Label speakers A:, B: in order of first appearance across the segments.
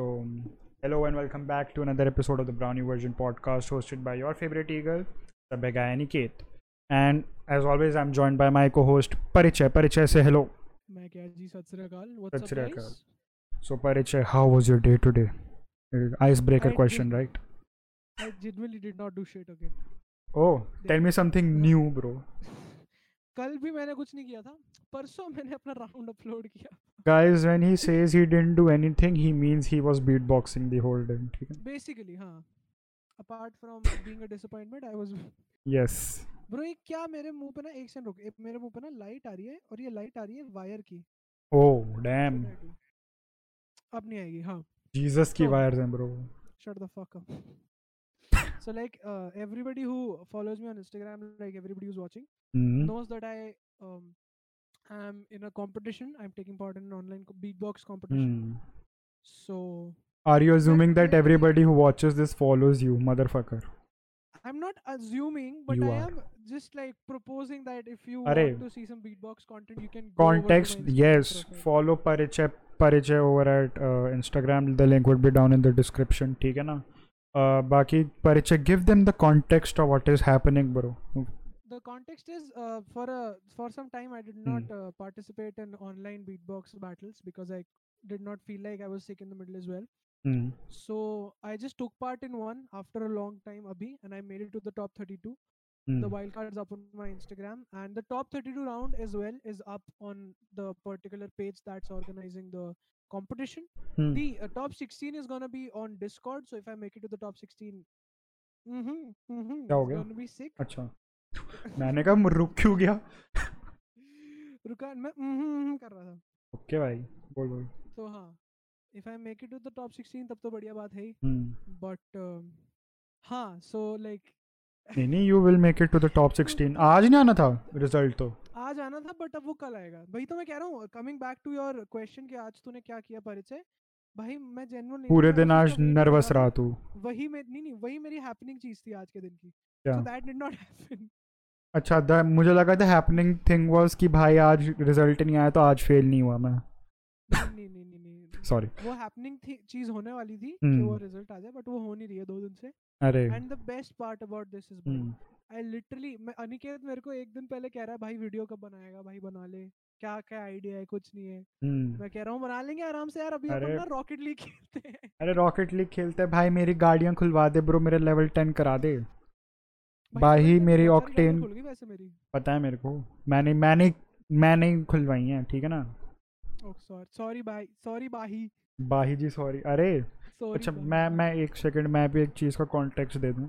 A: Um, hello and welcome back to another episode of the Brownie Version podcast hosted by your favorite eagle, the big guy Aniket. And as always, I'm joined by my co host Pariche. Pariche, say hello.
B: मैं क्या जी सत श्री अकाल what's
A: Shri
B: up
A: अकाल।
B: Guys
A: So, Pariche, how was your day today? Uh, Icebreaker
B: I
A: question,
B: did-
A: right?
B: I generally did not do shit okay
A: Oh, tell me something new, bro.
B: कल भी मैंने कुछ नहीं किया था परसों मैंने अपना राउंड अपलोड किया
A: Guys, when he says he didn't do anything, he means he was beatboxing the whole day. ठीक है?
B: बेसिकली हां apart from being a disappointment I was
A: Yes.
B: Bro ये क्या मेरे मुंह पे ना एक सेकंड रुक एक मेरे मुंह पे ना लाइट आ रही है और ये लाइट आ रही है वायर की
A: Oh,
B: What
A: damn.
B: should I do? अब नहीं आएगी हाँ
A: Jesus की
B: So-
A: wires हैं, bro.
B: shut the fuck up. so like uh, everybody who follows me on Instagram, like everybody who's watching,
A: Hmm.
B: knows that I um am in a competition. I'm taking part in an online co- beatbox competition.
A: Hmm.
B: So
A: Are you assuming that
B: crazy.
A: everybody who watches this follows you, motherfucker?
B: I'm not assuming, but
A: You
B: I
A: are.
B: am just like proposing that if you
A: Arey.
B: want to see some beatbox content, you can go over to my
A: Context,
B: Instagram
A: yes.
B: profile.
A: Follow Pariche Pariche over at uh, Instagram. The link would be down in the description. ठीक है ना? Uh, बाकी Pariche, give them the context of what is happening, bro. Hmm,
B: the context is uh, for a for some time I did not
A: Mm.
B: uh, participate in online beatbox battles because I did not feel like I was sick in the middle as well.
A: Hmm.
B: So I just took part in one after a long time, Abhi, and I made it to the top 32.
A: Hmm.
B: The wildcards up on my Instagram, and the top 32 round as well is up on the particular page that's organizing the competition.
A: Hmm.
B: The uh, top 16 is gonna be on Discord, so if I make it to the top 16, mm-hmm, mm-hmm,
A: क्या हो
B: it's
A: गया?
B: gonna be sick.
A: अच्छा मैंने कहा "मैं रुक क्यों गया
B: रुका मैं mm-hmm, कर रहा था.
A: ओके भाई बोल बोल
B: तो हाँ, if I make it to the top 16, तब तो बढ़िया बात है ही.
A: Hmm.
B: But uh, हाँ, so like
A: नहीं नहीं you will make it to the top 16 आज नहीं आना था रिजल्ट तो
B: आज आना था बट अब वो कल आएगा भाई तो मैं कह रहा हूँ coming back to your question कि आज तूने क्या किया परिचय भाई मैं तो जेन्युइन
A: पूरे दिन आज नर्वस रहा तू
B: वही मे नहीं नहीं वही मेरी हैपनिंग चीज थी आज के दिन की
A: क्या?
B: So that did not happen
A: अच्छा द मुझे लगा था हैपनिंग थिंग वाज कि भाई आज रिजल्ट नहीं आया तो आज फेल नहीं हुआ मैं
B: नहीं नहीं नहीं नहीं
A: सॉरी
B: वो हैपनिंग थी चीज होने वाली थी
A: हम्म।
B: कि वो रिजल्ट आ जाए बट वो हो नहीं रही है दो दिन से
A: अरे
B: and the best part about this is
A: hmm,
B: I literally मैं अनिकेत मेरे को एक दिन पहले कह रहा है भाई वीडियो कब बनाएगा भाई बना ले क्या क्या आइडिया है कुछ नहीं है
A: हम्म।
B: मैं कह रहा हूँ बना लेंगे आराम से यार अभी अपन
A: अरे-
B: ना रॉकेट लीग खेलते हैं
A: अरे रॉकेट लीग खेलते हैं, भाई मेरी गाड़ियाँ खुलवा दे ब्रो मेरे लेवल 10 करा दे
B: भाई
A: बाही मेरी
B: पता है बहुत सारी गाड़ियाँ
A: octane-
B: खुल गई वैसे मेरी
A: पता है मेरे को मैंने मैंने मैंने ही खुलवाई हैं ठीक है ना
B: सॉरी सॉरी भाई सॉरी बाही
A: बाही जी सॉरी अरे
B: सॉरी
A: अच्छा मैं मैं एक सेकंड मैं भी एक चीज़ का कॉन्टेक्स्ट दे दूँ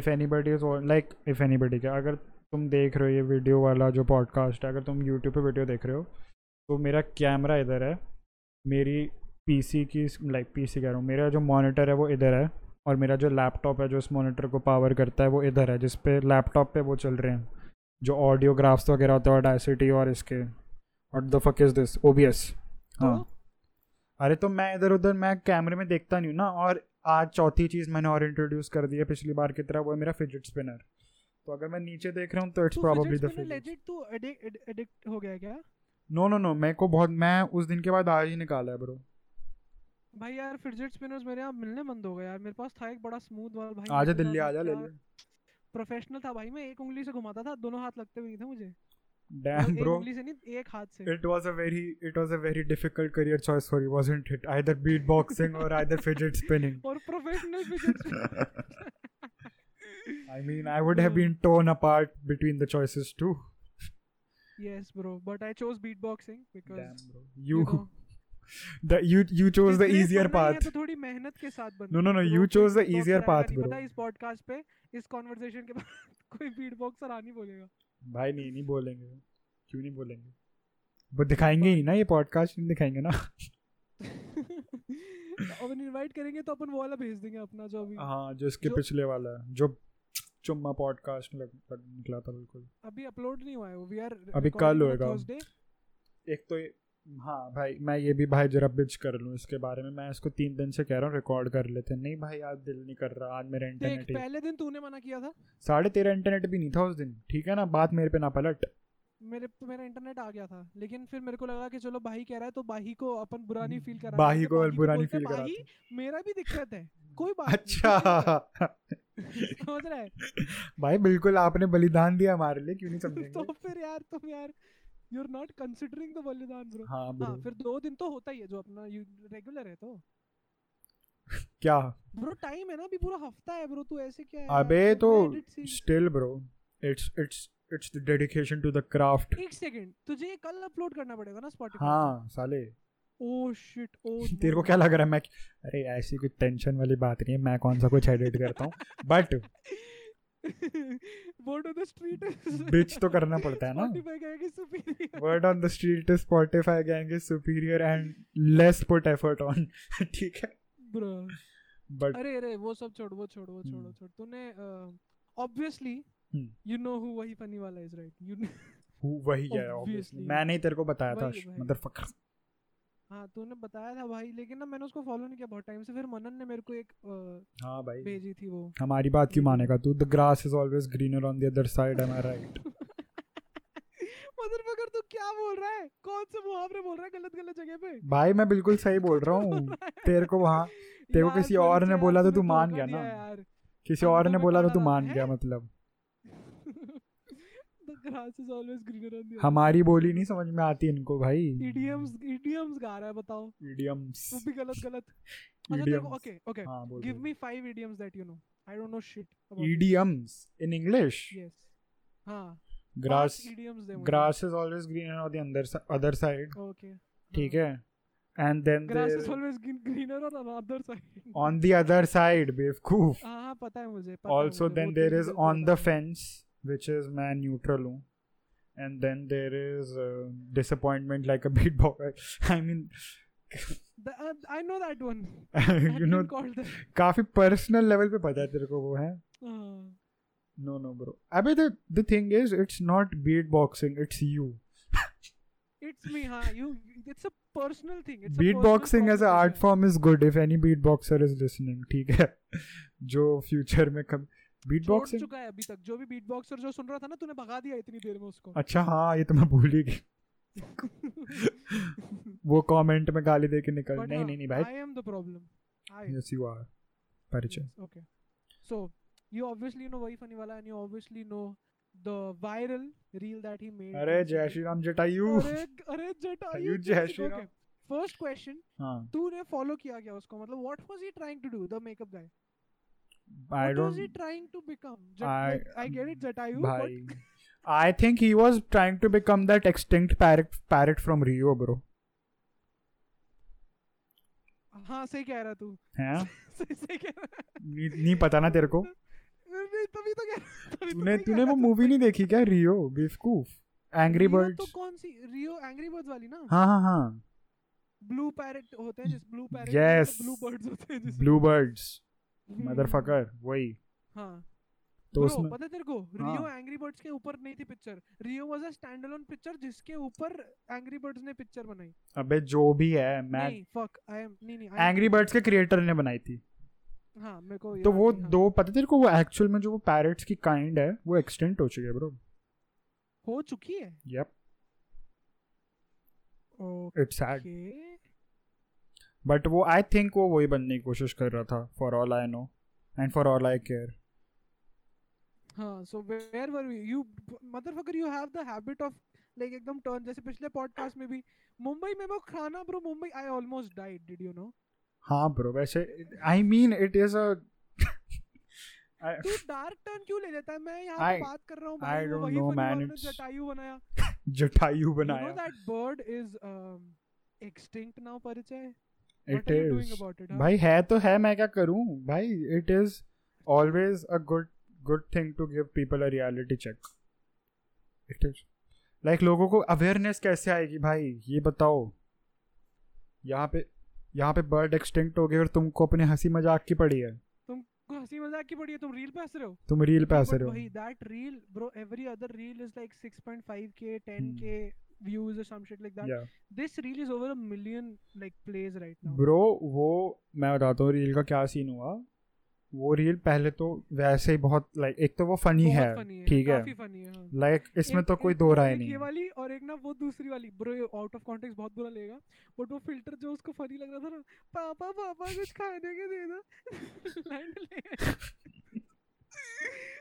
A: if anybody is like if anybody क्या अगर तुम देख रहे हो ये वीडियो वाला जो पॉडकास्ट है अगर तुम यूट्यूब पे वीडियो देख रहे हो तो मेरा कैमरा इधर है मेरी पीसी की लाइक पीसी कह रहा हूँ मेरा जो मॉनिटर है वो इधर है और मेरा जो लैपटॉप है जो इस मॉनिटर को पावर करता है वो इधर है जिस पे लैपटॉप पे वो चल रहे हैं जो ऑडियोग्राफ्स वगैरह होते हैं डाइसिटी और इसके और द फक इज़ दिस ओ
B: तो
A: हाँ अरे तो मैं इधर उधर मैं कैमरे में देखता नहीं हूँ ना और आज चौथी चीज़ मैंने और इंट्रोड्यूस कर दी है पिछली बार की तरह वो है मेरा फिजिट स्पिनर तो अगर मैं नीचे देख रहा हूँ तो it's probably the fidget
B: legit तू एडिक्ट हो गया क्या
A: नो नो नो मेरे को बहुत मैं उस दिन के बाद आज ही निकाला है ब्रो
B: भाई यार फिडजेट स्पिनर्स मेरे यहाँ मिलने बंद हो गए यार मेरे पास था एक बड़ा स्मूथ वाला भाई
A: आजा दिल्ली आजा ले ले
B: प्रोफेशनल था भाई मैं एक उंगली से घुमाता था दोनों हाथ लगते भी नहीं थे मुझे
A: डैम
B: मतलब एक
A: ब्रो
B: उंगली से नहीं एक हाथ से
A: it was a very it was a very difficult career choice for you wasn't it either beatboxing और आइदर फिजिट स्पिनिंग
B: और professional fidget
A: I mean I would have been torn apart between the choices two
B: yes bro but I chose beatboxing
A: damn
B: because
A: bro you the you you chose the
B: business
A: easier
B: बनना है
A: path
B: तो थोड़ी मेहनत के साथ बनना
A: No, no,
B: है।
A: no,
B: तो
A: you
B: कोई
A: chose the
B: beatboxer
A: easier
B: आएगा
A: path,
B: नहीं
A: bro.
B: पता इस पॉडकास्ट पे इस कॉन्वर्सेशन के बाद कोई बीटबॉक्सर आ नहीं बोलेगा
A: भाई नहीं नहीं बोलेंगे क्यों नहीं बोलेंगे वो दिखाएंगे ही ना ये पॉडकास्ट नहीं दिखाएंगे ना
B: तो अपन इनवाइट करेंगे तो अपन वो वाला भेज देंगे अपना जो अभी
A: हाँ जो इसके
B: जो-
A: पिछले वाला है जो चुम्मा पॉडकास्ट लग, लग निकला था बिल्कुल
B: अभी अपलोड नहीं हुआ है वो वी आर
A: अभी कल होएगा। एक तो ये हाँ भाई मैं ये भी भाई जरा बिच कर लूँ इसके बारे में मैं इसको तीन दिन से कह रहा हूँ रिकॉर्ड कर लेते हैं। नहीं भाई आज दिल नहीं कर रहा आज मेरा
B: देख
A: इंटरनेट ही
B: पहले दिन तूने मना किया था
A: साढ़े तेरह इंटरनेट भी नहीं था उस दिन ठीक है ना बात मेरे पे ना पलट
B: मेरे मेरा इंटरनेट आ गया था लेकिन फिर मेरे को लगा कि चलो भाई कह रहा है तो बाही को अपन बुरा नहीं फील करा
A: बाही हम्म, को बुरा नहीं feel
B: बाही मेरा भी दिक्कत है कोई बात नहीं, कोई दिक्कत
A: अच्छा
B: नहीं। समझ रहा है
A: भाई बिल्कुल आपने बलिदान दिया हमारे लिए क्यों नहीं समझेंगे
B: तो फिर यार तुम यार you are not considering the बलिदान ब्रो
A: हाँ
B: हाँ
A: bro,
B: फिर दो दिन तो होता ही है जो अपना रेगुलर है तो
A: क्या
B: ब्रो टाइम है ना अभी पूरा हफ्ता है ब्रो तू ऐसे क्या है
A: अबे
B: यार?
A: तो
B: मैं edit से-
A: still bro it's it's it's the dedication to the craft
B: एक सेकंड तुझे ये कल अपलोड करना पड़ेगा ना Oh, स्पॉटिफाई
A: हाँ साले
B: ओ शिट ओ
A: तेरे को क्या लग रहा है मैं अरे ऐसी कोई टेंशन वाली बात नहीं है मैं कौन सा कुछ एडिट करता हूँ but
B: word on the street
A: bitch तो करना पड़ता है ना
B: स्पॉटिफाई कहेगा superior
A: word on the street Spotify gang is superior and less put effort on ठीक है
B: ब्रो
A: बट
B: अरे अरे वो सब छोड़ वो छोड़ वो छोड़ वो
A: हम्म।
B: छोड़ तूने obviously
A: hmm.
B: You know who वही फनी वाला इज राइट यू
A: वही है ऑब्वियसली
B: Obviously.
A: मैंने ही तेरे को बताया था
B: वही, वही।
A: मदर
B: हाँ तूने बताया था भाई लेकिन ना मैंने उसको फॉलो नहीं किया बहुत टाइम से फिर मनन ने मेरे को एक अ,
A: हाँ भाई
B: भेजी थी वो
A: हमारी बात क्यों मानेगा तू the grass is always greener on the other side am I right
B: motherfucker तू क्या बोल रहा है कौन से मुहावरे बोल रहा है गलत गलत जगह पे
A: भाई मैं बिल्कुल सही बोल रहा हूँ तेरे को वहाँ तेरे को
B: यार,
A: किसी
B: मेरे
A: और
B: से
A: ने
B: यार
A: बोला तो
B: तूने
A: तू मान
B: धोखा
A: गया ना।
B: दिया यार।
A: किसी
B: अंधों
A: और ने
B: में
A: बोला तो
B: काला
A: तू
B: रंग
A: मान
B: है?
A: गया मतलब
B: The grass is always greener on the other
A: हमारी बोली नहीं समझ में आती इनको भाई
B: side. Idioms- idioms गा रहा है बताओ
A: इडियम्स
B: वो भी गलत गलत अच्छा देखो ओके ओके
A: हाँ बोल
B: give me five idioms that you know i don't know shit about it.
A: Idioms in English
B: yes हाँ
A: ग्रास
B: पांच idioms दे मुझे.
A: Grass is always greener on the अंदर अदर साइड
B: okay हाँ।
A: ठीक है and
B: Hmm. grass is
A: then
B: always green- greener on another side
A: on the other side बेवकूफ
B: हाँ हाँ, पता है मुझे पता है
A: also
B: मुझे,
A: then
B: वो
A: there
B: तेरी
A: is
B: गलती
A: on the
B: बता रहा
A: fence which is मैं neutral हूँ and then there is uh, disappointment like a beatbox I mean
B: हूँ. The- uh, I know that one. I've
A: you
B: been
A: know
B: called that.
A: काफी personal level पे पता है तेरे को वो है
B: हाँ.
A: no no bro अबे the the thing is it's not beatboxing it's you
B: It's me, huh? You. It's a personal thing. It's
A: beatboxing
B: a personal
A: as a art
B: conversation.
A: form is good if any beatboxer is listening ठीक है जो future में कम
B: छोड़
A: beatboxing
B: चुका है अभी तक जो भी बीटबॉक्सर जो सुन रहा था ना तूने भगा दिया इतनी देर में उसको
A: अच्छा हाँ ये तो मैं भूल ही गया वो comment में गाली दे के निकल
B: हाँ,
A: नहीं नहीं नहीं भाई
B: I am the problem I
A: Yes, you are. Paricha.
B: Okay so you obviously know वही फनी वाला and you obviously know the viral reel that he made
A: अरे जय श्री राम जटायू
B: अरे अरे जटा
A: You जय श्री राम।
B: फर्स्ट क्वेश्चन
A: हाँ
B: तूने फॉलो किया क्या उसको मतलब what was he trying to do the makeup guy
A: I
B: What was he
A: don't
B: trying to become? Jat-
A: I-
B: like, I get it, Jatayu,
A: भाई I think he was trying to become that extinct parrot parrot from Rio bro
B: but हाँ सही कह रहा तू
A: हैं
B: सही सही कह रहा
A: नहीं नहीं पता ना तेरे को
B: नहीं, तभी तो कह रहा तभी तो
A: तूने
B: सही कह
A: तूने
B: रहा
A: वो
B: तू।
A: मूवी नहीं देखी क्या रियो बेवकूफ एंग्री
B: Rio तो
A: बर्ड्स
B: कौन सी रियो एंग्री बर्ड्स वाली ना
A: हाँ हाँ हाँ
B: ब्लू पैरेट होते हैं जिस blue parrot
A: Yes.
B: Blue birds होते हैं जिस
A: ब्लू बर्ड्स
B: हम्म।
A: मदरफकर वही
B: हां
A: तो
B: तो
A: उसमें हाँ।
B: पता है तेरे को रियो एंग्री बर्ड्स के ऊपर नहीं थी picture Rio was a stand alone picture जिसके ऊपर एंग्री बर्ड्स ने पिक्चर बनाई
A: अबे जो भी है मैं
B: नहीं फक आई एम नहीं नहीं I am-
A: एंग्री बर्ड्स के क्रिएटर ने बनाई थी
B: हाँ मेरे
A: तो
B: को याद
A: वो
B: नहीं, हाँ।
A: दो पता तेरे को वो एक्चुअल में जो वो पैरट्स की काइंड है वो एक्सटेंट हो चुकी है ब्रो
B: हो चुकी है
A: yup it's sad
B: okay
A: but वो आई थिंक वो वही बनने की कोशिश कर रहा था for all I know and for all I care
B: हाँ so where were you motherfucker you have the habit of like एकदम टर्न जैसे पिछले पॉडकास्ट में भी मुंबई में वो खाना bro Mumbai I almost died did you know
A: हाँ ब्रो वैसे I mean it is a
B: तू डार्क टर्न क्यों ले लेता है मैं यहाँ
A: I-
B: पे बात कर रहा हूँ भाई
A: I
B: वो
A: don't
B: वही
A: know,
B: funny
A: man,
B: वाला ने
A: it's
B: जटायु बनाया
A: जटायु
B: यू नो
A: बनाया
B: that bird is extinct um, now परिचय
A: it
B: what are you doing
A: is
B: about it
A: भाई है तो है मैं क्या करूँ भाई it is always a good good thing to give people a reality check it is like लोगों को अवेयरनेस कैसे आएगी भाई ये बताओ यहाँ पे यहाँ पे बर्ड एक्सटिंक्ट हो गए और तुमको अपने हंसी मजाक की पड़ी है
B: तुमको हंसी मजाक की पड़ी है तुम रील पे हंस रहे हो
A: तुम रील पे हंस
B: But
A: रहे हो
B: वही that reel bro every other reel is like 6.5k 10k views और some shit like that
A: Hmm. Yeah.
B: this reel is over a million like plays right now.
A: Bro वो मैं बताता हूँ रील का क्या सीन हुआ वो रील पहले तो वैसे ही बहुत लाइक एक तो वो फनी
B: बहुत
A: है
B: funny
A: ठीक है।
B: काफी funny है हाँ।
A: लाइक इसमें
B: एक-
A: तो कोई
B: एक-
A: दो
B: एक
A: राय
B: ये
A: नहीं
B: वाली और एक ना वो दूसरी वाली ब्रो ये आउट ऑफ कॉन्टेक्स्ट बहुत बुरा लगेगा बट वो फिल्टर जो उसको फनी लग रहा था ना पापा पापा कुछ खाने के दे दो लाइन ले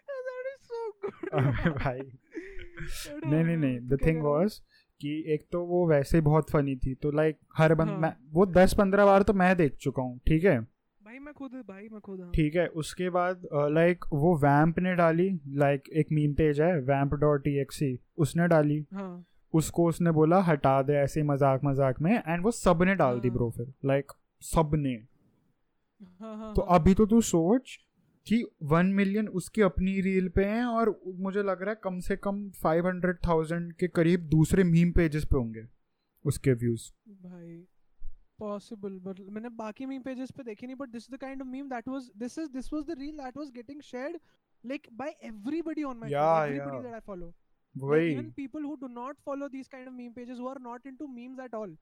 B: दैट इज सो गुड
A: अबे भाई नहीं नहीं नहीं द थिंग वाज कि एक तो वो वैसे ही बहुत फनी थी तो लाइक हर बंद
B: हाँ।
A: मैं वो दस पंद्रह बार तो मैं देख चुका हूँ ठीक है
B: भाई मैं खुद भाई मैं खुद हाँ
A: ठीक है उसके बाद लाइक वो वैम्प ने डाली लाइक एक मीम पेज है वैम्प डॉट टी उसने डाली
B: हाँ
A: उसको उसने बोला हटा दे ऐसे ही मजाक मजाक में एंड वो सब ने डाल दी
B: हाँ।
A: ब्रो फिर लाइक सब ने
B: हाँ हाँ
A: तो
B: हाँ।
A: अभी तो तू सोच कि वन मिलियन उसकी अपनी रील पे हैं और मुझे लग रहा है कम से कम फाइव हंड्रेड थाउजेंड के करीब दूसरे मीम पेजेस पे होंगे उसके व्यूज
B: भाई पॉसिबल बट मैंने बाकी मीम पेजेस पे देखे नहीं but this is the kind of meme that was this is this was the reel that was getting shared like by everybody on my
A: Yeah,
B: everybody
A: yeah.
B: That I follow
A: वही
B: even people who do not follow these kind of meme pages who are not into memes at all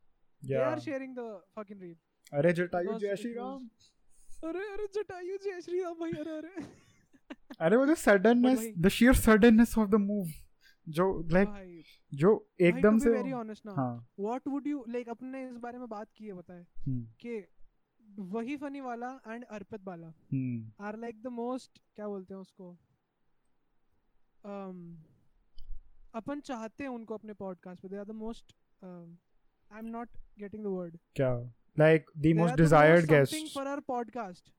B: they
A: yeah
B: are sharing the fucking reel
A: अरे Jatayu
B: because
A: जय
B: it
A: Shri
B: was-
A: Ram
B: अरे अरे जटायु जय श्री राम भाई अरे अरे
A: अरे वो जो सडननेस
B: वही-
A: the sheer suddenness of the move जो लाइक
B: हाँ। भाई
A: जो एकदम से
B: वेरी ऑनेस्ट ना
A: हाँ
B: व्हाट वुड यू लाइक अपने इस बारे में बात की है बताए
A: हम्म,
B: कि वही फनी वाला एंड अर्पित वाला
A: hmm,
B: are like the most क्या बोलते हैं उसको um, अपन चाहते हैं उनको अपने पॉडकास्ट पे they are the most I am not getting the word
A: क्या like the most desired guest
B: for our podcast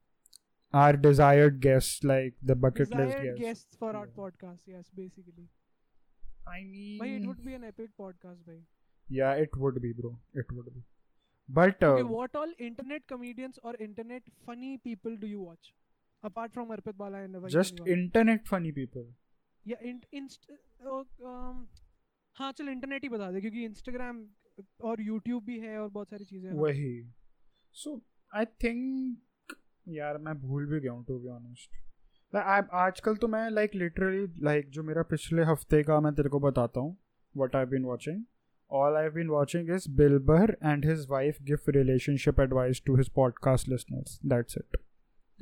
A: are desired guest like the bucket
B: desired
A: list guest
B: guest for our
A: Yeah.
B: Podcast yes basically
A: I
B: भाई it
A: mean
B: would be an epic podcast भाई
A: या it would be bro it would be but
B: okay, what all internet comedians or internet funny people do you watch apart from Arpit Bala and Vaishnavi
A: just
B: Bala?
A: Internet funny people
B: या इन इंस्ट ओ, um, हाँ चल internet ही बता दे क्योंकि Instagram और यूट्यूब भी है और बहुत सारी चीजें हैं ना।
A: वही सो आई थिंक यार मैं भूल भी गया हूँ टू बी ऑनेस्ट आजकल तो मैं लाइक लिटरली लाइक जो मेरा पिछले हफ्ते का मैं तेरे को बताता हूँ what I been watching all I been watching is Wilbur and his wife give relationship advice to his podcast listeners that's it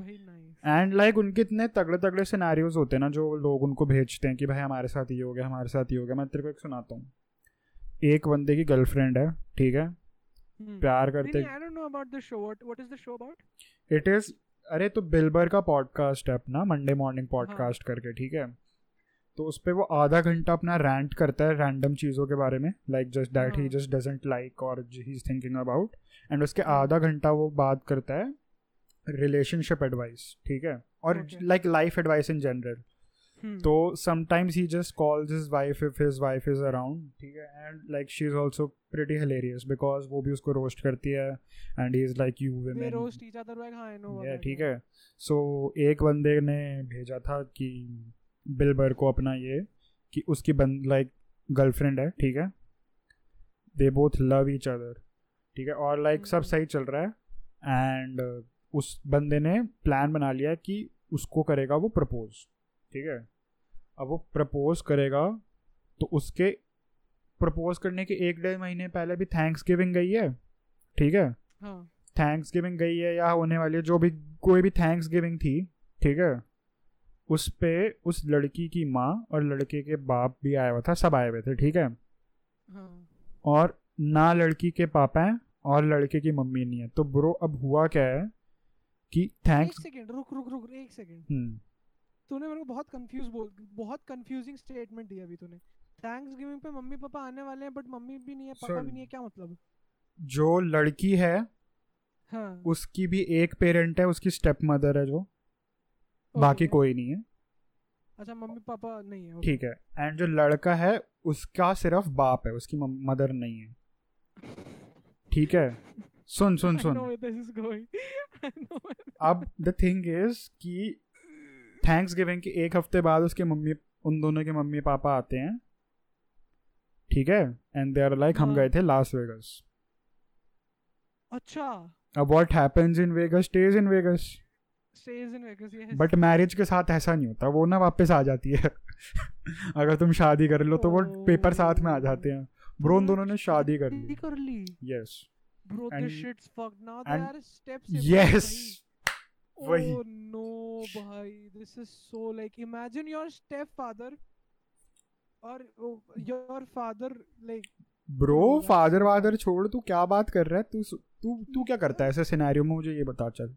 B: भाई नहीं
A: एंड लाइक उनके इतने तगड़े तगड़े सिनारियोज होते हैं ना जो लोग उनको भेजते हैं कि भाई हमारे साथ ये हो गया हमारे साथ ये हो गया मैं तेरे को एक सुनाता हूँ एक बंदे की गर्लफ्रेंड है ठीक है
B: Hmm।
A: प्यार करते
B: I don't know about the show what what is the show about
A: it is अरे तो बिल्बर का पॉडकास्ट है अपना मंडे मॉर्निंग पॉडकास्ट
B: हाँ।
A: करके ठीक है तो उस पर वो आधा घंटा अपना रैंट करता है रैंडम चीज़ों के बारे में लाइक जस्ट दैट ही
B: हाँ।
A: जस्ट डजेंट लाइक और he is thinking about and उसके
B: हाँ।
A: आधा घंटा वो बात करता है रिलेशनशिप एडवाइस ठीक है और
B: Okay.
A: Like life advice in general
B: Hmm।
A: तो sometimes he just calls his wife if his wife is around ठीक है and like she is also pretty hilarious because वो भी उसको रोस्ट करती है and he is like you
B: they
A: women
B: roast each other like हां I no
A: Yeah, ठीक है सो एक बंदे ने भेजा था कि बिलबर को अपना ये कि उसकी बंद लाइक गर्लफ्रेंड है ठीक है they both love each other ठीक है और लाइक सब
B: हम्म।
A: सही चल रहा है एंड उस बंदे ने प्लान बना लिया कि उसको करेगा वो प्रपोज ठीक है अब वो प्रपोज करेगा तो उसके प्रपोज करने के एक डेढ़ महीने पहले भी थैंक्स गिविंग गई है ठीक है
B: हां
A: थैंक्स गिविंग गई है या होने वाली है जो भी कोई भी थैंक्स गिविंग थी ठीक है उस पे उस लड़की की माँ और लड़के के बाप भी आया हुआ था सब आए हुए थे ठीक है
B: हां
A: और ना लड़की के पापा हैं और लड़के की मम्मी नहीं है तो ब्रो अब हुआ क्या है कि
B: एक
A: थैंक्स हम्म,
B: सेकंड रुक रुक रुक एक सेकंड तूने मेरे को बहुत कंफ्यूज बोल बहुत कंफ्यूजिंग स्टेटमेंट दिया अभी तूने थैंक्स गिविंग पे मम्मी पापा आने वाले हैं बट मम्मी भी नहीं है पापा भी
A: सुन।
B: नहीं है क्या मतलब हाँ।
A: जो लड़की है
B: हां
A: उसकी भी एक पेरेंट है उसकी स्टेप मदर है जो बाकी कोई नहीं है
B: अच्छा मम्मी पापा नहीं है okay.
A: ठीक है एंड जो लड़का है उसका सिर्फ बाप है उसकी मदर नहीं है ठीक है सुन सुन
B: I
A: सुन
B: know where this is going. I know where-
A: अब द थिंग इज कि थैंक्स गिविंग के एक हफ्ते बाद उसके मम्मी उन दोनों के मम्मी पापा आते हैं ठीक है एंड दे आर लाइक हम
B: हाँ।
A: गए थे लास वेगस
B: अच्छा
A: अब what happens in Vegas stays in Vegas
B: stays in Vegas yes.
A: But marriage के साथ ऐसा नहीं होता वो ना वापस आ जाती है अगर तुम शादी कर लो तो वो
B: Oh.
A: पेपर साथ में आ जाते हैं ब्रो उन दोनों ने शादी कर
B: शादी
A: ली
B: कर ली
A: yes
B: bro
A: And-
B: this shit's fucked now there
A: and-
B: are steps
A: yes वही।
B: oh no नो भाई this is so like imagine your step father और your father like
A: bro
B: Bro,
A: father वादर छोड़ तू क्या बात कर रहा है तू सु- तू तू क्या करता है ऐसे सिनेरियो में मुझे ये बता चल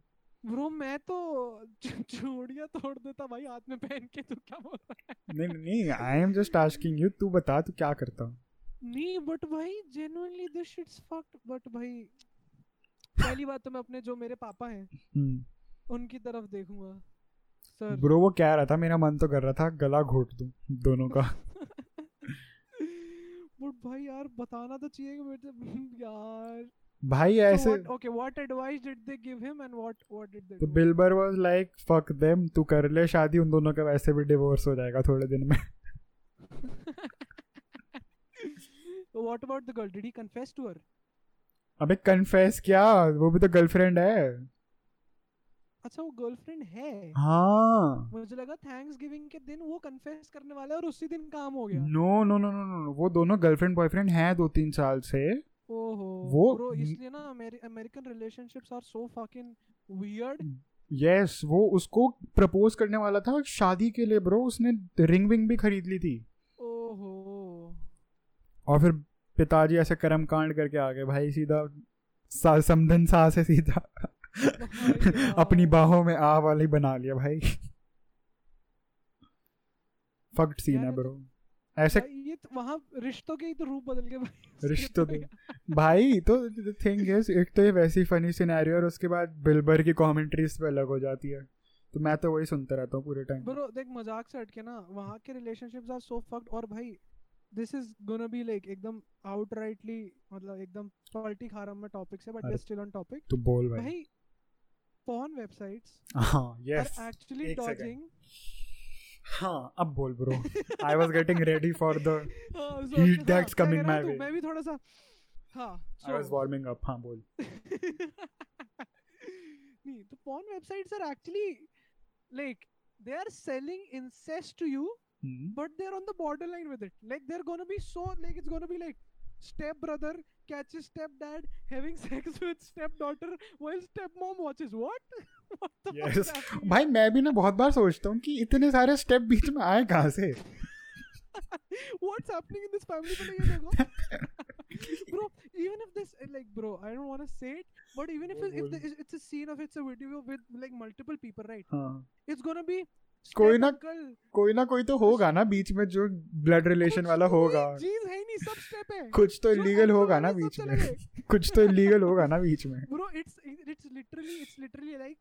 B: ब्रो मैं तो चूड़िया तोड़ देता भाई हाथ में पहन के तू क्या बोल रहा है
A: नहीं नहीं I am just asking you तू बता तू क्या करता
B: नहीं बट भाई genuinely this shit's fucked but भाई पहली बात तो मैं अपने जो मेरे पापा हैं
A: हम्म
B: उनकी तरफ देखूंगा सर
A: ब्रो वो कह रहा था मेरा मन तो कर रहा था गला घोट दूं दोनों का
B: बट भाई यार बताना तो चाहिए कि बेटे यार
A: भाई ऐसे
B: so what, okay what advice did they give him and what what did they
A: तो
B: do?
A: Wilbur was like fuck them तू कर ले शादी उन दोनों का वैसे भी डिवोर्स हो जाएगा थोड़े दिन में
B: So what about the girl did he confess to her
A: अबे कन्फेस क्या वो भी तो गर्लफ्रेंड है
B: अच्छा वो गर्लफ्रेंड है
A: हाँ
B: मुझे लगा थैंक्सगिविंग के दिन वो कन्फेस करने वाला है और उसी दिन काम हो गया
A: no no no no no वो दोनों गर्लफ्रेंड बॉयफ्रेंड हैं दो तीन साल से
B: ओहो
A: वो-
B: ब्रो इसलिए ना American relationships are so fucking weird
A: yes वो उसको प्रपोज करने वाला था शादी के लिए ब्रो उसने रिंग विंग भी खरीद ली थी
B: ओहो
A: और फिर पिताजी ऐसे कर्म कांड करके आ गए भाई सीधा सा, समधन सा से सीधा
B: भाई
A: अपनी
B: यार।
A: बाहों में आ वाली बना लिया भाई फक्ट सीन
B: यार
A: है
B: ये तो-
A: ब्रो ऐसे
B: भाई, ये तो वहाँ रिश्तों के ही तो रूप बदल गए भाई इसके
A: रिश्तों
B: तो
A: के-
B: यार-
A: भाई तो थिंग इज एक तो ये वैसी फनी सिनेरियो और उसके बाद बिल्बर की कमेंट्रीज पे अलग हो जाती है तो मैं तो वही सुनता रहता हूँ पूरे टाइम
B: ब्रो देख मजाक से हटके ना वहाँ के रिलेशनशिप्स आर सो फक्ड और भाई this is gonna be like एकदम आउटराइटली मतलब एकदम पलटी खा रहा हूँ मैं टॉपिक से बट वी
A: अरे,
B: स्टिल ऑन टॉपिक
A: तो बोल भाई
B: भाई पॉर्न वेबसाइट्स
A: हाँ
B: आर
A: यस
B: एक्चुअली
A: एक second.
B: डॉजिंग
A: हाँ अब बोल bro I was getting ready for the
B: हाँ,
A: heat that's coming my way.
B: तो मैं भी थोड़ा सा हाँ
A: I was
B: so-
A: warming up हाँ बोल
B: नहीं तो porn websites are actually like they are selling incest to you
A: हम्म,
B: but they're on the borderline with it. Like they're gonna be so like it's gonna be like stepbrother catches stepdad having sex with stepdaughter while stepmom watches. What? what the fuck is
A: Yes.
B: happening
A: भाई मैं भी ना बहुत बार सोचता हूँ कि इतने सारे स्टेप बीच में आए कहाँ से
B: here? What's happening in this family? पहले ये देखो. bro, even if this uh, like bro, I don't wanna say it, but even if
A: वो
B: it, if
A: बोल।
B: the, it's- it's a scene of it's a video with like multiple people, right?
A: हाँ
B: It's gonna be
A: कोई
B: step
A: ना-
B: uncle,
A: कोई ना कोई तो होगा ना बीच में जो ब्लड रिलेशन
B: कुछ
A: वाला
B: तो
A: होगा
B: कोई चीज है ही नहीं सब स्टेप है
A: कुछ तो
B: जो
A: इलीगल
B: uncle
A: होगा ना
B: वाले सब
A: बीच में
B: चले गए.
A: कुछ तो इलीगल होगा ना बीच में
B: bro it's it- it's literally it's literally like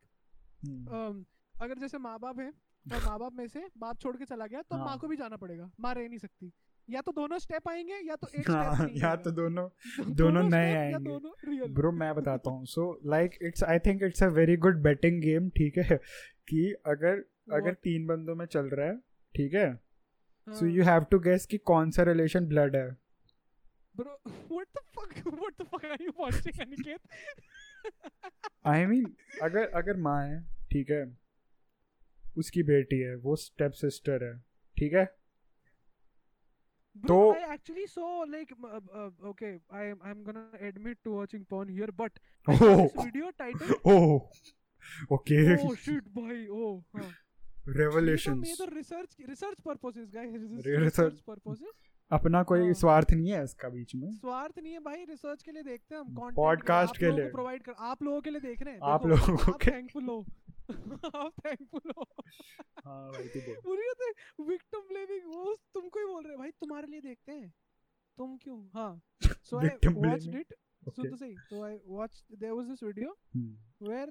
A: हम्म,
B: um, अगर जैसे माँ बाप है और माँ बाप में से बाप छोड़ के चला गया तो
A: हाँ।
B: माँ को भी जाना पड़ेगा माँ रह नहीं सकती या तो दोनों स्टेप आएंगे या तो एक
A: हाँ
B: स्टेप
A: या तो दोनों दोनों नए आएंगे।
B: दोनों रियल
A: ब्रो मैं बताता हूँ so like it's I think it's a very good betting game ठीक है कि अगर अगर तीन बंदों में चल रहा है ठीक है
B: हाँ।
A: So you have to guess कि कौन सा रिलेशन ब्लड है
B: bro what the fuck what the fuck are you watching Aniket
A: I I mean mean, अगर अगर माँ है ठीक है उसकी बेटी है वो स्टेप सिस्टर है ठीक है
B: तो
A: तो-
B: I actually so like okay I am I am gonna admit to watching porn here but
A: oh
B: video title
A: oh okay
B: oh shit भाई ओह हां
A: रेवलेशंस
B: तो research research purposes guys
A: Re-
B: research purposes
A: अपना कोई
B: हाँ।
A: स्वार्थ नहीं है इसका बीच में
B: स्वार्थ नहीं है भाई रिसर्च के लिए देखते हैं हम कंटेंट
A: Podcast के लिए।
B: प्रोवाइड कर आप लोगों के लिए देख रहे हैं
A: आप
B: देखो,
A: लोगों
B: आप
A: के-
B: थैंकफुल हो आप थैंकफुल हो
A: हाँ भाई तू बोल
B: पूरी बात विक्टिम ब्लेमिंग वो तुमको ही बोल रहे हैं भाई तुम्हारे लिए देखते हैं तुम क्यों हाँ। हां so I
A: Victim
B: watched
A: blaming.
B: It सुन तो सही तो I watch there was this video
A: हम्म,
B: वेयर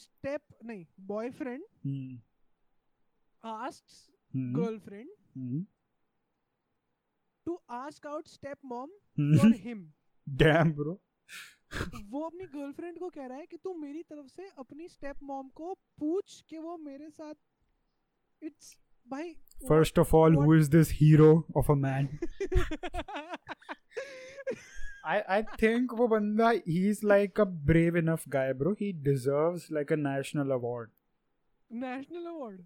B: स्टेप नहीं बॉयफ्रेंड
A: हम्म,
B: आस्क्स
A: हम्म,
B: गर्लफ्रेंड
A: हम्म,
B: to ask out step mom
A: hmm,
B: for him
A: damn bro
B: वो अपनी गर्लफ्रेंड को कह रहा है कि तू मेरी तरफ से अपनी स्टेप मॉम को पूछ कि वो मेरे साथ इट्स भाई
A: first of all who is this hero of a man I I think वो बंदा he is like a brave enough guy bro he deserves like a national award
B: national award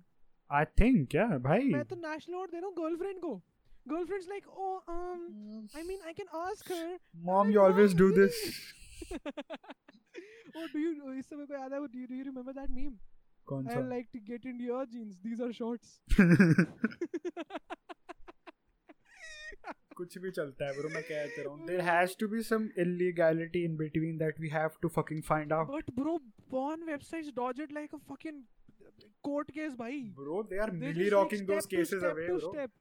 A: I think क्या भाई
B: मैं तो national award दे रहा हूँ girlfriend को girlfriends like oh um I mean I can ask her
A: Mom,
B: I'm
A: you always
B: not
A: do
B: really-
A: this.
B: Oh, oh do you इस समय को याद है वो do you remember that meme
A: कौन
B: I like to get into your jeans. These are shorts.
A: सा
B: Bro,
A: कुछ भी चलता है ब्रो मैं कहते रहा हूँ there has to be some illegality in between that we have to fucking find out
B: but bro, porn websites dodge it like a fucking court case, bhai.
A: Bro they are
B: They
A: Milly
B: just, like,
A: rocking those
B: step to
A: cases
B: step
A: away
B: to
A: bro
B: step.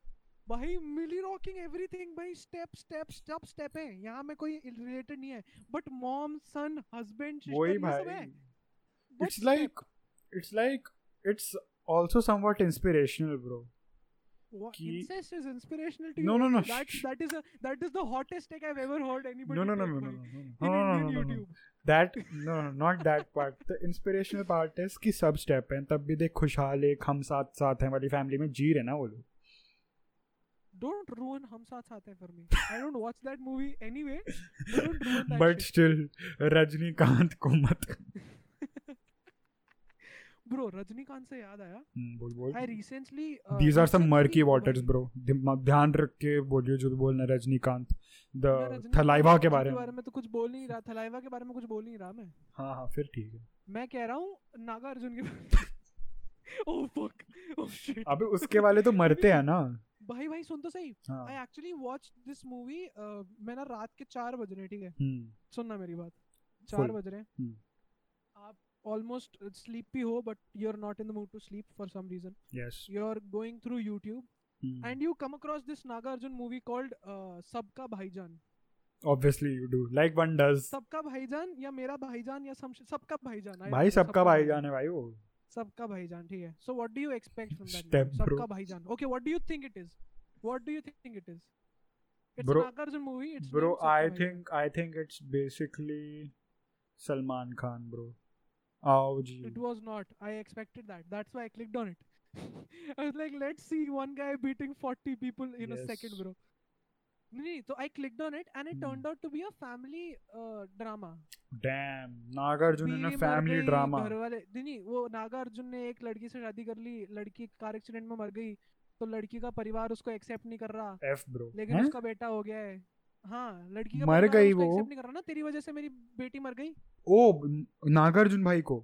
B: भाई Milly rocking everything भाई step step step step है यहाँ में कोई related नहीं है but mom son husband
A: वही
B: sister ये सब है
A: भाई
B: But
A: it's like it's like it's also somewhat inspirational bro
B: What
A: कि-
B: incest is inspirational to
A: No,
B: you?
A: no, no,
B: That
A: shh.
B: that is a that is the hottest take I've ever heard anybody.
A: no no no
B: take,
A: no no
B: भाई,
A: no no
B: in
A: no no
B: Indian
A: no no
B: YouTube.
A: that no no not that part the inspirational part is कि सब step हैं तब भी देख खुशहाल एक हम साथ साथ हैं वाली family में जी रहे ना वो लोग
B: Don't ruin Hum Saath Saath Hai for me. I don't watch that movie anyway. Don't ruin that
A: but
B: shit.
A: Still Rajinikanth को मत
B: Bro, Rajnikant से याद आया.
A: हम्म, बोल बोल
B: I recently. uh,
A: these are some
B: recently-
A: murky waters bro ध्यान रख के बोलियो जो बोलना है, रजनीकांत
B: मैं
A: द
B: रजनीकांत
A: थलाइवा के
B: जी
A: बारे में
B: बारे में तो कुछ बोल नहीं रहा थलाइवा के बारे में कुछ बोल नहीं रहा मैं
A: हाँ हाँ फिर ठीक है
B: मैं कह रहा हूँ नागा अर्जुन के बारे Oh, oh fuck oh shit
A: अबे उसके वाले तो मरते हैं ना
B: भाई भाई सुन तो सही
A: हाँ
B: I actually watch this movie मैं ना रात के चार बज रहे हैं ठीक है
A: हम्म
B: सुनना मेरी बात चार
A: Full.
B: बज रहे हैं
A: हम्म.
B: आप ऑलमोस्ट स्लीप भी हो but you are not in the mood to sleep for some reason
A: yes
B: you are going through
A: hmm.
B: YouTube and you come across this Nagarjuna movie called Sabka Bhaijaan
A: obviously you do like one does
B: सबका भाईजान या मेरा भाईजान या some shit- सबका भाईजान I
A: भाई
B: don't know,
A: सबका भाईजान है भाई वो
B: सबका भाईजान ठीक है so what do you expect from
A: Step
B: that
A: bro.
B: Sabka Bhaijaan okay what do you think it is what do you think it is it's
A: Bro-
B: Nagarjuna movie it's
A: bro i think i think it's basically salman khan bro आओ जी
B: It was not. I expected that. That's why I clicked on it. I was like, let's see one guy beating 40 people in a
A: Yes.
B: second, bro. No, no, So I clicked on it and it
A: Hmm.
B: turned out to be a family uh, drama.
A: Damn Nagarjuna इन
B: बीवी मर
A: family
B: गई,
A: drama
B: घर वाले नहीं, नहीं वो नागार्जुन ने एक लड़की से शादी कर ली लड़की कार एक्सीडेंट में मर गई तो लड़की का परिवार उसको एक्सेप्ट नहीं कर रहा
A: एफ ब्रो
B: लेकिन उसका बेटा हो गया है हाँ लड़की का
A: मर
B: परिवार
A: गई
B: उसको
A: वो?
B: accept नहीं कर रहा ना तेरी वजह से मेरी बेटी मर गई
A: ओ नागार्जुन भाई को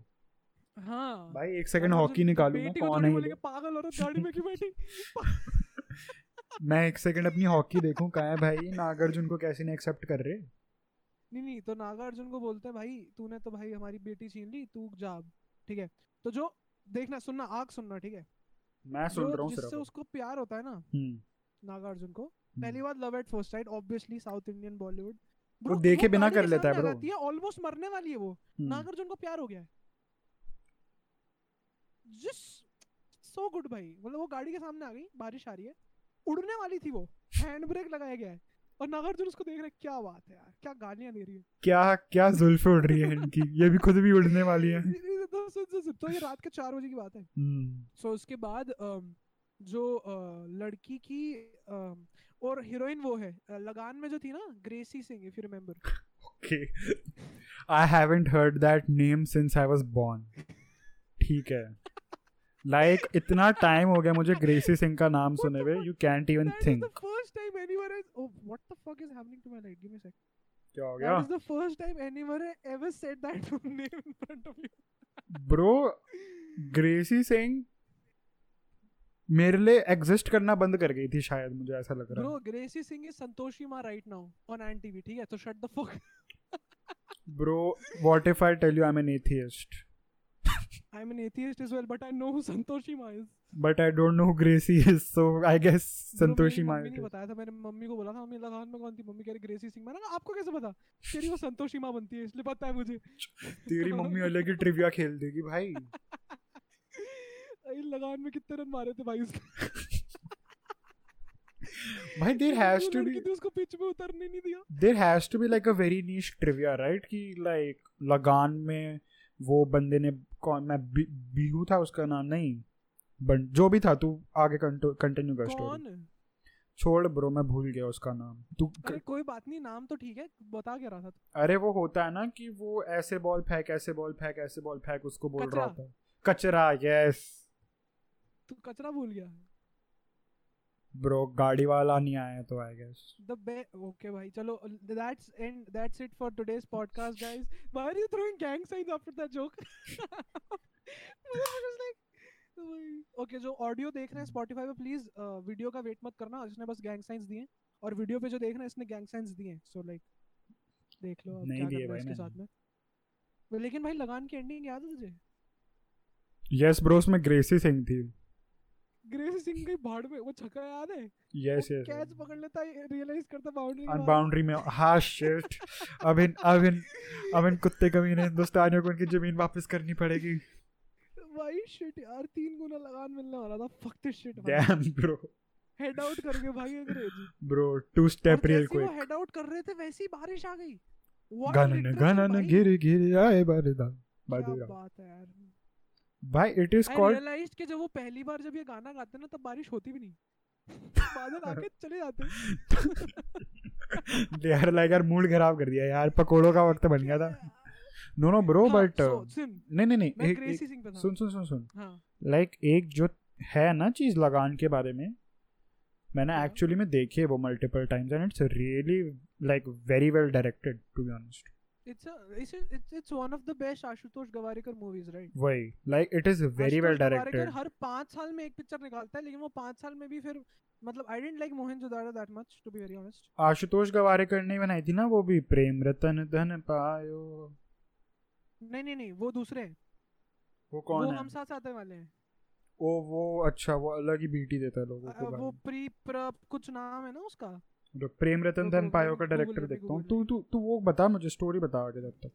B: हाँ
A: भाई एक सेकंड
B: नागार्जुन
A: हॉकी निकालूंगा
B: बेटी को
A: कौन
B: थोड़ी
A: है ये
B: बोलेंगे पागल हो रहा दाढ़ी में क्यों बैठी
A: लोग?" मैं एक सेकंड अपनी हॉकी देखूं कहाँ है भाई नागार्जुन को कैसे नहीं एक्सेप्ट कर रहे
B: नहीं नहीं तो नागार्जुन को बोलते हैं भाई तूने तो भाई हमारी बेटी छीन ली तू जा अब", ठीक है तो जो देखना सुनना आग सुनना ठीक है
A: मैं सुन
B: जो
A: रहा हूँ
B: जिससे
A: सिर्फ
B: उसको प्यार होता है ना
A: हम्म,
B: नागार्जुन को
A: हम्म।
B: पहली बात love at first sight obviously South Indian Bollywood
A: वो देखे बिना कर लेता है, bro।
B: है ऑलमोस्ट मरने वाली है वो
A: हम्म,
B: नागार्जुन को प्यार हो गया है जिस सो गुड भाई मतलब वो गाड़ी के सामने आ गई बारिश आ रही है उड़ने वाली थी वो हैंड ब्रेक लगाया गया है और नागार्जुन उसको देख रहे क्या बात है यार क्या गालियां दे रही है
A: क्या क्या जुल्फे उड़ रही है इनकी ये भी खुद भी उड़ने वाली है
B: ये- ये- तो सुन सुन सुन, तो ये रात के चार बजे की बात है
A: Hmm.
B: सो उसके बाद अम, जो अ, लड़की की अम, और हीरोइन वो है अ, लगान में जो थी ना Gracy Singh if you remember
A: okay I haven't heard that name since I was born ठीक है लाइक like, इतना टाइम हो गया मुझे ग्रेसी सिंह का नाम सुने हुए you can't even
B: that is
A: think
B: the first time anyone has oh what the fuck is happening to my life give me a second
A: क्या हो गया
B: that is the first time anyone ever said that name in front of
A: bro
B: you
A: Gracy Singh मेरे लिए exist करना बंद कर गई थी शायद मुझे ऐसा लग रहा है
B: bro Gracy Singh is Santoshi Maa right now on an TV ठीक है तो shut the fuck
A: bro what if I tell you I am an atheist
B: I am an atheist as well but I know Santoshi Maa is
A: but I don't know Gracy is so I guess Santoshi
B: Maa
A: Maa
B: ने बताया था मैंने mummy को बोला था mummy लगान में कौन थी मम्मी कह रही ग्रेसी सिंह मैंने कहा आपको कैसे पता कह रही वो संतोषी माँ बनती है इसलिए पता है मुझे
A: तेरी मम्मी अलग ही ट्रिविया खेल देगी भाई
B: अरे, लगान में कितने रन मारे थे भाई उसने
A: भाई देर
B: वो
A: हैज टू
B: लड़की
A: बी
B: थी, उसको पिच में उतरने नहीं दिया
A: there has to be like a very niche trivia right कि लाइक लगान में वो बंदे ने कौन मैं बी, बीहू था उसका नाम नहीं बन जो भी था तू आगे कंटिन्यू कर स्टोरी
B: कौन
A: छोड़ ब्रो मैं भूल गया उसका नाम तू
B: अरे कोई बात नहीं नाम तो ठीक है बता क्या रहा था तू?
A: अरे वो होता है ना कि वो ऐसे बॉल फेंक ऐसे बॉल फेंक ऐसे बॉल फेंक उसको बोल रहा
B: कचरा।
A: होता है कचरा यस
B: तू कचरा भूल गया
A: ब्रो गाड़ी वाला नहीं आया तो I guess
B: the bay okay भाई चलो that's and that's it for today's podcast guys why are you throwing gang signs after that joke okay जो ऑडियो देख रहे हैं स्पॉटिफाई पे प्लीज वीडियो का वेट मत करना इसने बस गैंग साइंस दिए और वीडियो पे जो देख रहे हैं इसने गैंग साइंस दिए सो लाइक देख लो अब
A: नहीं
B: क्या
A: दिए
B: करना है
A: भाई
B: इसके
A: मैंने।
B: साथ में वो- लेकिन भाई लगान की एंडिंग याद है तुझे
A: यस ब्रो उसमें ग्रेसी सिंह थी
B: ग्रेस सिंह की भाड़ में वो छक्का याद है
A: यस
B: कैच
A: यस
B: पकड़ लेता है रियलाइज करता बाउंड्री
A: और बाउंड्री में हाँ शिट अब इन अब इन अब इन कुत्ते कमीने हिंदुस्तानियों को उनकी जमीन वापस करनी पड़ेगी
B: भाई शिट यार तीन गुना लगान मिलने वाला था फक दिस शिट भाई
A: डैम ब्रो
B: हेड आउट कर गए भाई अंग्रेज
A: ब्रो टू स्टेप
B: और
A: रियल
B: जैसे ही वो
A: क्विक
B: हेड आउट कर रहे थे वैसे ही बारिश आ गई What
A: गनन
B: literal
A: गनन
B: भाई,
A: गिर गिर आए बारिदा
B: क्या
A: बादिरा
B: बात है यार
A: भाई it is
B: I
A: called
B: realised कि जब वो पहली बार जब ये गाना गाते हैं ना तब बारिश होती भी नहीं बादल आके चले जाते हैं।
A: यार लाइक यार मूड खराब कर दिया यार पकोड़ों का वक्त बन गया था नो नो ब्रो
B: हाँ,
A: बट
B: so, सुन
A: uh, नहीं नहीं नहीं
B: मैं
A: एक-
B: क्रेजी
A: एक-
B: सिंह पे था
A: सुन सुन सुन सुन
B: हाँ
A: लाइक एक जो है ना चीज लगान के बारे में मैंने
B: हाँ।
A: एक्चुअली में देखी है वो multiple times and it's really like very well directed to be honest
B: it's it's it's one of the best Ashutosh Gowariker movies right
A: वही like it is very well directed
B: हर पाँच साल में एक पिक्चर निकालता है लेकिन वो पाँच साल में भी फिर मतलब I didn't like Mohenjo Daro that much to be very honest
A: Ashutosh Gowariker ने बनाई थी ना वो भी प्रेम रतन धन पायो
B: नहीं नहीं नहीं वो दूसरे हैं
A: वो
B: वो
A: कौन है
B: हम साथ आते वाले हैं
A: ओ वो अच्छा वो अलग ही बीटी देता है लोगों
B: अ,
A: को
B: वो
A: गाली।
B: प्री प्रप कुछ नाम है ना उसका
A: तो प्रेम रतन
B: रुको,
A: धन
B: रुको,
A: पायो
B: अभी
A: का डायरेक्टर
B: Google, अभी
A: देखता हूँ तू
B: Google।
A: तू तू वो बता मुझे स्टोरी बता आगे जब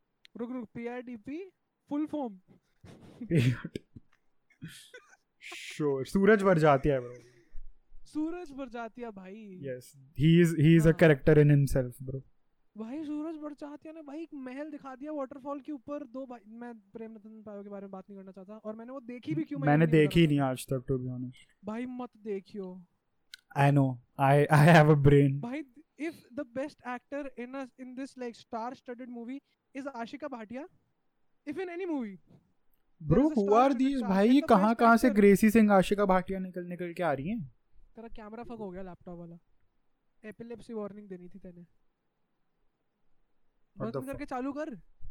B: रुक रुक पीआरडीपी फुल फॉर्म
A: तक श्योर सूरज भर जाती है ब्रो
B: सूरज बरजातिया भाई
A: Yes, he is he is a
B: हाँ।
A: character in himself, bro.
B: भाई सूरज बरजातिया ने भाई एक महल दिखा दिया वाटरफॉल के ऊपर दो भाई मैं प्रेम रतन पायो के बारे में बात नहीं करना चाहता और मैंने वो देखी भी क्यों मैं ये
A: मैंने
B: भी नहीं
A: देखी
B: बता
A: नहीं आज तक to be honest.
B: सकता। भाई मत देखियो
A: I know, I I have a brain.
B: भाई if the best actor in in this like star studded movie is Ashika Bhatia if in any movie
A: Bro,
B: is a
A: who
B: star
A: are
B: in the
A: these?
B: star.
A: भाई
B: She's
A: ये
B: the
A: कहाँ
B: best
A: कहाँ से
B: actor.
A: Gracy Singh Ashika Bhatia निकल निकल के आ रही हैं?
B: तेरा कैमरा फक हो गया लैपटॉप वाला एपिलेप्सी वार्निंग देनी थी तेने
A: What
B: बंद
A: the
B: करके चालू कर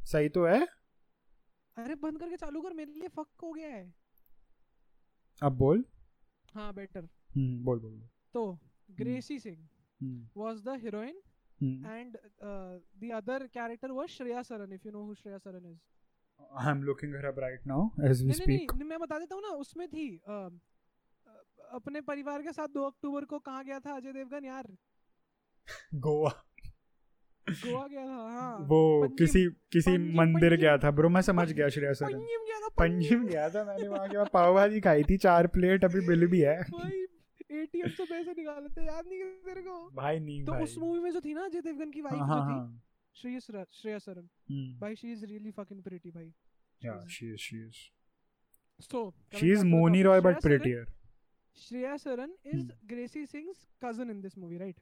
A: सही तो है
B: अरे बंद करके चालू कर मेरे लिए फक हो गया है
A: अब बोल
B: हाँ बेटर
A: हम्म बोल बोल बोल.
B: तो Gracy Singh
A: hmm,
B: was the heroine
A: hmm.
B: and uh, the other character was Shreya Saran if you know who Shreya Saran is
A: I'm looking her up right now as we
B: नहीं नहीं
A: speak.
B: नहीं, मैं बता देता हूँ ना उसमें थी अम, अ- अपने परिवार के साथ 2 अक्टूबर को कहाँ गया था अजय देवगन यार
A: गोवा
B: हाँ, गोवा गया था हाँ
A: वो
B: पंजिम-
A: किसी किसी
B: पंजिम-
A: मंदिर
B: पंजिम-
A: गया था ब्रो मैं समझ गया श्रेया सर
B: पंजिम गया था
A: पंजिम गया था मैंने वहाँ के बाद पाव भाजी खाई थी चार प्लेट अभी बिल भी है
B: भाई एटीएम से पैसे निकाले थे याद नहीं है तेरे को
A: भाई नहीं
B: तो
A: भाई
B: उस मूवी में जो थी ना अजय देवगन की वाइफ
A: हाँ
B: जो
A: हाँ
B: थी
A: हाँ
B: श्रेया सर- श्रेया सरन
A: हम्म.
B: भाई she is really fucking pretty भाई
A: Yeah,
B: She's-
A: she is. She is.
B: So, coming
A: She is
B: back to the
A: Moni
B: topic,
A: Roy,
B: Shreya
A: but
B: Saran-
A: prettier.
B: Shreya Saran is
A: Hmm.
B: Gracie Singh's cousin in this movie, right?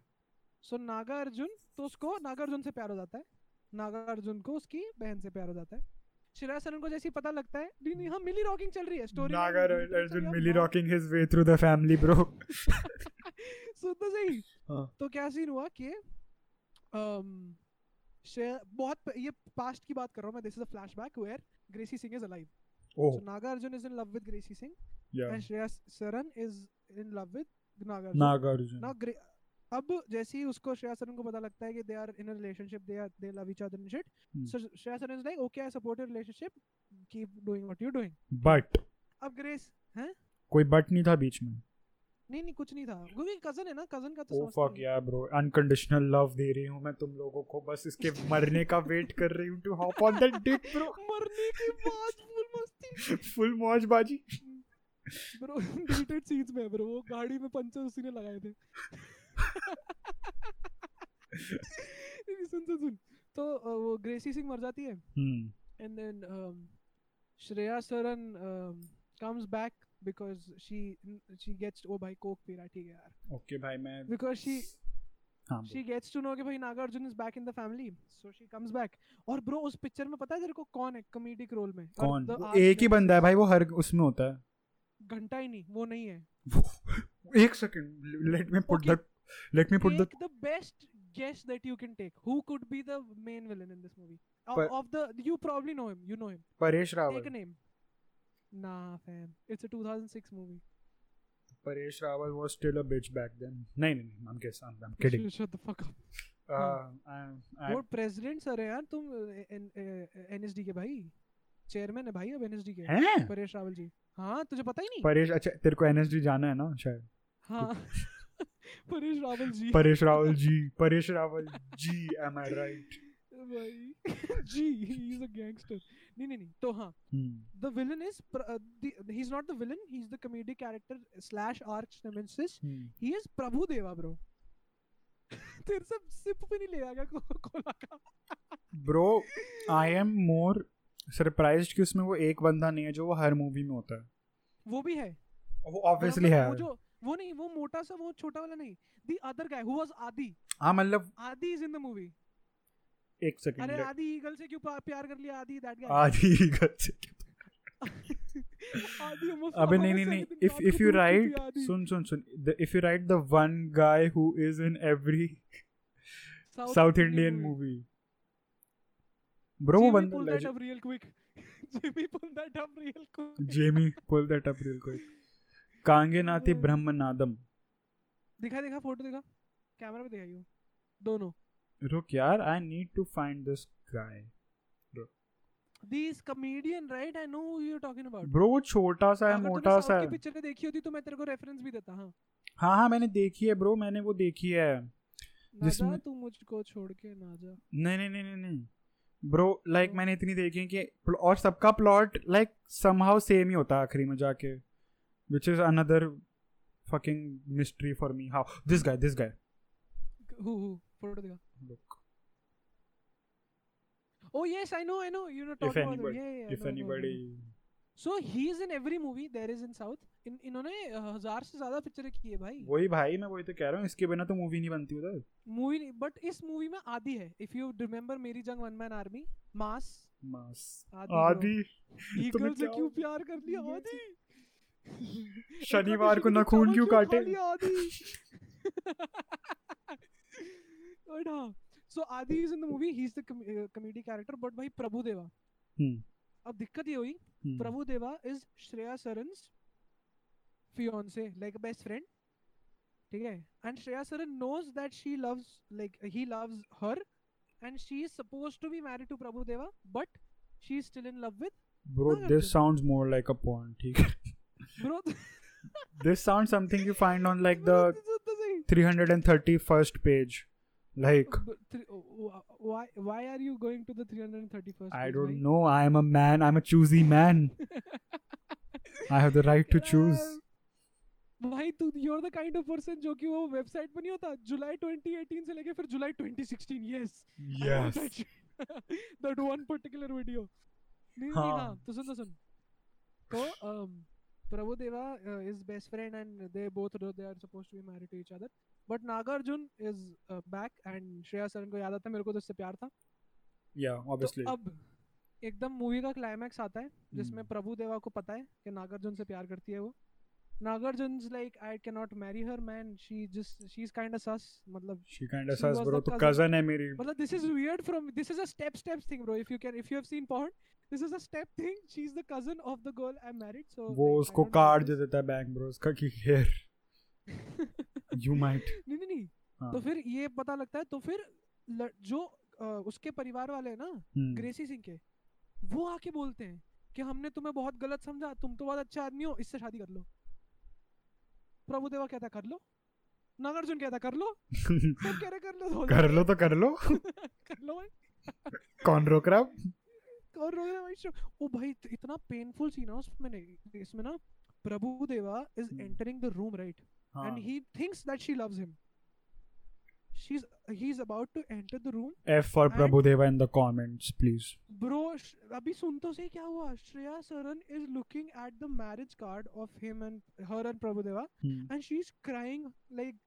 B: So Nagarjun तो उसको नागार्जुन से प्यार हो जाता है नागार्जुन को उसकी बहन से प्यार हो जाता है श्रेया सरन को जैसे ही पता लगता है नहीं नहीं, हाँ मिली रॉकिंग चल रही है स्टोरी
A: Nagar Arjun Millie
B: हाँ,
A: rocking his way through the family, bro.
B: सुन तो सही
A: हाँ।
B: तो क्या सीन हुआ कि um, श्रेया बहुत प- ये पास्ट की बात कर रहा हूँ मैं this is a flashback where Gracy Singh is alive so
A: Oh,
B: Nagarjuna is in love with Gracy Singh
A: yeah.
B: And Shreya Saran is in love with Nagarjuna
A: Nagar Arjun.
B: Now, Gre- अब जैसे ही उसको श्रेया सरन को पता लगता है कि they are in relationship they are they love each other and shit
A: Hmm.
B: So Shriya Saran is like okay I support your relationship keep doing what you doing
A: But
B: अब ग्रेस हैं
A: कोई बट नहीं था बीच में.
B: नहीं नहीं कुछ नहीं था क्योंकि कजन है ना कजन का तो
A: Oh
B: समझते
A: fuck
B: नहीं।
A: yeah, bro. Unconditional love दे रही हूँ मैं तुम लोगों को बस इसके मरने का wait कर रही हूँ to hop on that dick, bro.
B: मरने के बाद फुल मस्ती
A: Full मौज बाजी.
B: ब्रो डिलीटेड सीन्स में ब्रो वो गाड़ी में पंचर उसी ने लगाए थे नहीं, सुन सुन सुन तो अ, वो ग्रेसी सिंह मर जाती है
A: Hmm.
B: and then um, Shreya Saran um, comes back because she she gets oh भाई coke पी रहा है, ठीक है यार
A: Okay भाई मैं.
B: because she
A: हाँ
B: she gets to know कि भाई Nagarjuna is back in the family so she comes back और bro उस पिक्चर में पता है तेरे को कौन है comedic role में और
A: कौन?
B: the
A: वो
B: arch
A: एक ही
B: nemesis-
A: बंदा है भाई वो हर उसमें होता है.
B: घंटा ही नहीं वो नहीं है
A: वो एक second. Let me put
B: Okay.
A: that. Let me put that.
B: take the best guess that you can take who could be the main villain in this movie O-
A: पर-
B: of the you probably know him you know him
A: Paresh
B: take a
A: Rawal.
B: name Nah, fam. It's a 2006 movie.
A: Paresh Rawal was still a bitch back then. नहीं नहीं नहीं, I'm guess I'm, I'm kidding.
B: Shut the fuck up.
A: Uh,
B: हाँ।
A: I'm, I,
B: वो president sir है यार तुम NSD के भाई चेयरमैन है भाई अब एनएसडी के
A: हैं?
B: परेश रावल जी हाँ तुझे पता ही नहीं
A: परेश अच्छा तेरे को एनएसडी जाना है ना शायद
B: हाँ Paresh Rawal ji
A: Paresh Rawal ji Paresh Rawal ji am I right
B: भाई जी ही इज अ गैंगस्टर नहीं नहीं नहीं तो हाँ the villain is pr- uh, the, he's not the villain he's the comedic character slash arch nemesis
A: Hmm.
B: he is prabhu deva bro तेरे से सिप भी नहीं ले आएगा कोला का
A: bro I am more surprised कि उसमें वो एक बंदा नहीं है जो वो हर मूवी में होता है
B: वो भी है
A: और वो
B: बराबर
A: ऑब्वियसली है
B: वो जो वो नहीं वो मोटा सा वो छोटा वाला नहीं the other guy who was आदि
A: हाँ मतलब
B: आदि is in the movie
A: एक सेकंड
B: अरे आदि ईगल से क्यों पा- प्यार कर लिया आदि that guy
A: आधी गल से
B: आदि almost-
A: अबे नहीं
B: almost
A: नहीं
B: everything
A: नहीं इफ
B: रात को
A: इफ यू
B: दूध पीती
A: राइट
B: आदि।
A: सुन सुन सुन if you right the one guy who is in every South Indian
B: movie.
A: Movie bro वो
B: Jimmy
A: बंदा
B: pull that
A: legend-
B: up real quick. Jimmy pull that up real quick.
A: Jamie pull that up real quick कांगेनाथी
B: Yeah.
A: Brahmanandam
B: दिखा दिखा photo दिखा camera में दिखाइयो दोनों
A: रुक यार I need to find this guy
B: this comedian right I know who you are talking about
A: bro वो छोटा सा है
B: हाँ, मतलब
A: मोटा सा है
B: पिक्चर देखी होती तो मैं तेरे को रेफरेंस भी देता हां
A: हाँ हाँ मैंने देखी है ब्रो मैंने वो देखी है
B: ना जा
A: जिसमें-
B: तू मुझको छोड़ के ना जा
A: नहीं नहीं नहीं नहीं नहीं ब्रो लाइक
B: Hmm.
A: मैंने इतनी देखी है कि प्ल- और सबका प्लॉट लाइक समहाउ सेम ही होता है आखिरी में जाके which is another fucking mystery for me how this guy this guy
B: who who photo दिखा Oh yes, I know, I know. You know,
A: If
B: talking about
A: anybody-
B: yeah, yeah, I
A: if
B: know, I know, I
A: anybody
B: know. So he is in every movie there is in South. इन इन्होंने अ, हजार से ज्यादा पिक्चरें की है भाई
A: वही भाई मैं वही तो कह रहा हूँ इसके बिना तो मूवी नहीं बनती उधर
B: मूवी बट इस मूवी में आदि है if you remember Meri Jung one man army mass
A: mass
B: Aadi bro.
A: आदि तो
B: ईगल से
A: क्या
B: क्यों
A: हो-
B: प्यार कर लिया
A: ईगल
B: आदि एक
A: शनिवार
B: बार
A: को
B: ईगल
A: ना
B: ने
A: खून
B: चावल
A: क्यों
B: क्यों खा
A: काटे?
B: लिया आदि But हाँ so Aadi is in the movie he is the comedy character but भाई प्रभु देवा
A: हम्म।
B: अब दिक्कत ये हुई
A: हम्म,
B: Prabhu Deva is Shreya Saran's fiance like best friend ठीक है and Shreya Saran knows that she loves like he loves her and she is suppose to be married to Prabhu Deva but she is still in love with
A: bro
B: हाँ,
A: this
B: तो-
A: sounds more like a porn ठीक है
B: bro
A: this sounds something you find on like the 331st page like
B: oh, why why are you going to the 331st
A: i
B: place,
A: don't
B: bhai?
A: know i am a man i'm a choosy man i have the right to choose
B: भाई तू Uh, you're the kind of person जो कि वो website पर नहीं होता जुलाई 2018 से लेके फिर जुलाई 2016 yes
A: yes
B: that one particular video नहीं
A: हाँ।
B: नहीं हाँ तो सुन तो सुन तो um, uh, Prabhu Deva is best friend and they both they are supposed to be married to each other but Nagarjuna is back and Shreya Saran को याद आता है, मेरे को तो इससे प्यार था
A: yeah obviously
B: तो अब एकदम मूवी का क्लाइमैक्स आता है जिसमें
A: Hmm.
B: प्रभु देवा को पता है कि नागार्जुन से प्यार करती है वो Nagarjuna like I can not marry her man she just she is kind of sus मतलब
A: she kind of
B: she
A: says
B: was
A: bro
B: the
A: to
B: cousin-
A: cousin hai meri
B: मतलब this is weird from this is a step step thing bro if you can if you have seen porn this is a step thing she is the cousin of the girl I am married so
A: वो उसको card दे देता है bank bro उसका कि here you might
B: नहीं नहीं नहीं
A: हाँ।
B: तो फिर ये पता लगता है तो फिर ल- जो अ, उसके परिवार वाले हैं ना
A: Hmm.
B: ग्रेसी सिंह के वो आके बोलते हैं कि हमने तुम्हें बहुत गलत समझा तुम तो बहुत अच्छा आदमी हो इससे शादी कर लो प्रभुदेवा कहता है, कर लो नागार्जुन कहता है, कर लो सब कह रहे कर लो
A: कर लो तो कर लो
B: कर लो भाई
A: कौन रोक रहा है?
B: और रो रहा भाई शो ओ भाई इत- इतना पेनफुल सीन है उसमें नहीं इसमें ना Prabhu Deva is
A: Hmm.
B: Entering the room right
A: हाँ
B: and he thinks that she loves him she is he is about to enter the room
A: f for
B: and-
A: prabhudeva in the comments please
B: bro अभी सुन तो सही क्या हुआ Shriya Saran is looking at the marriage card of him and her and Prabhudeva
A: Hmm.
B: And she is crying like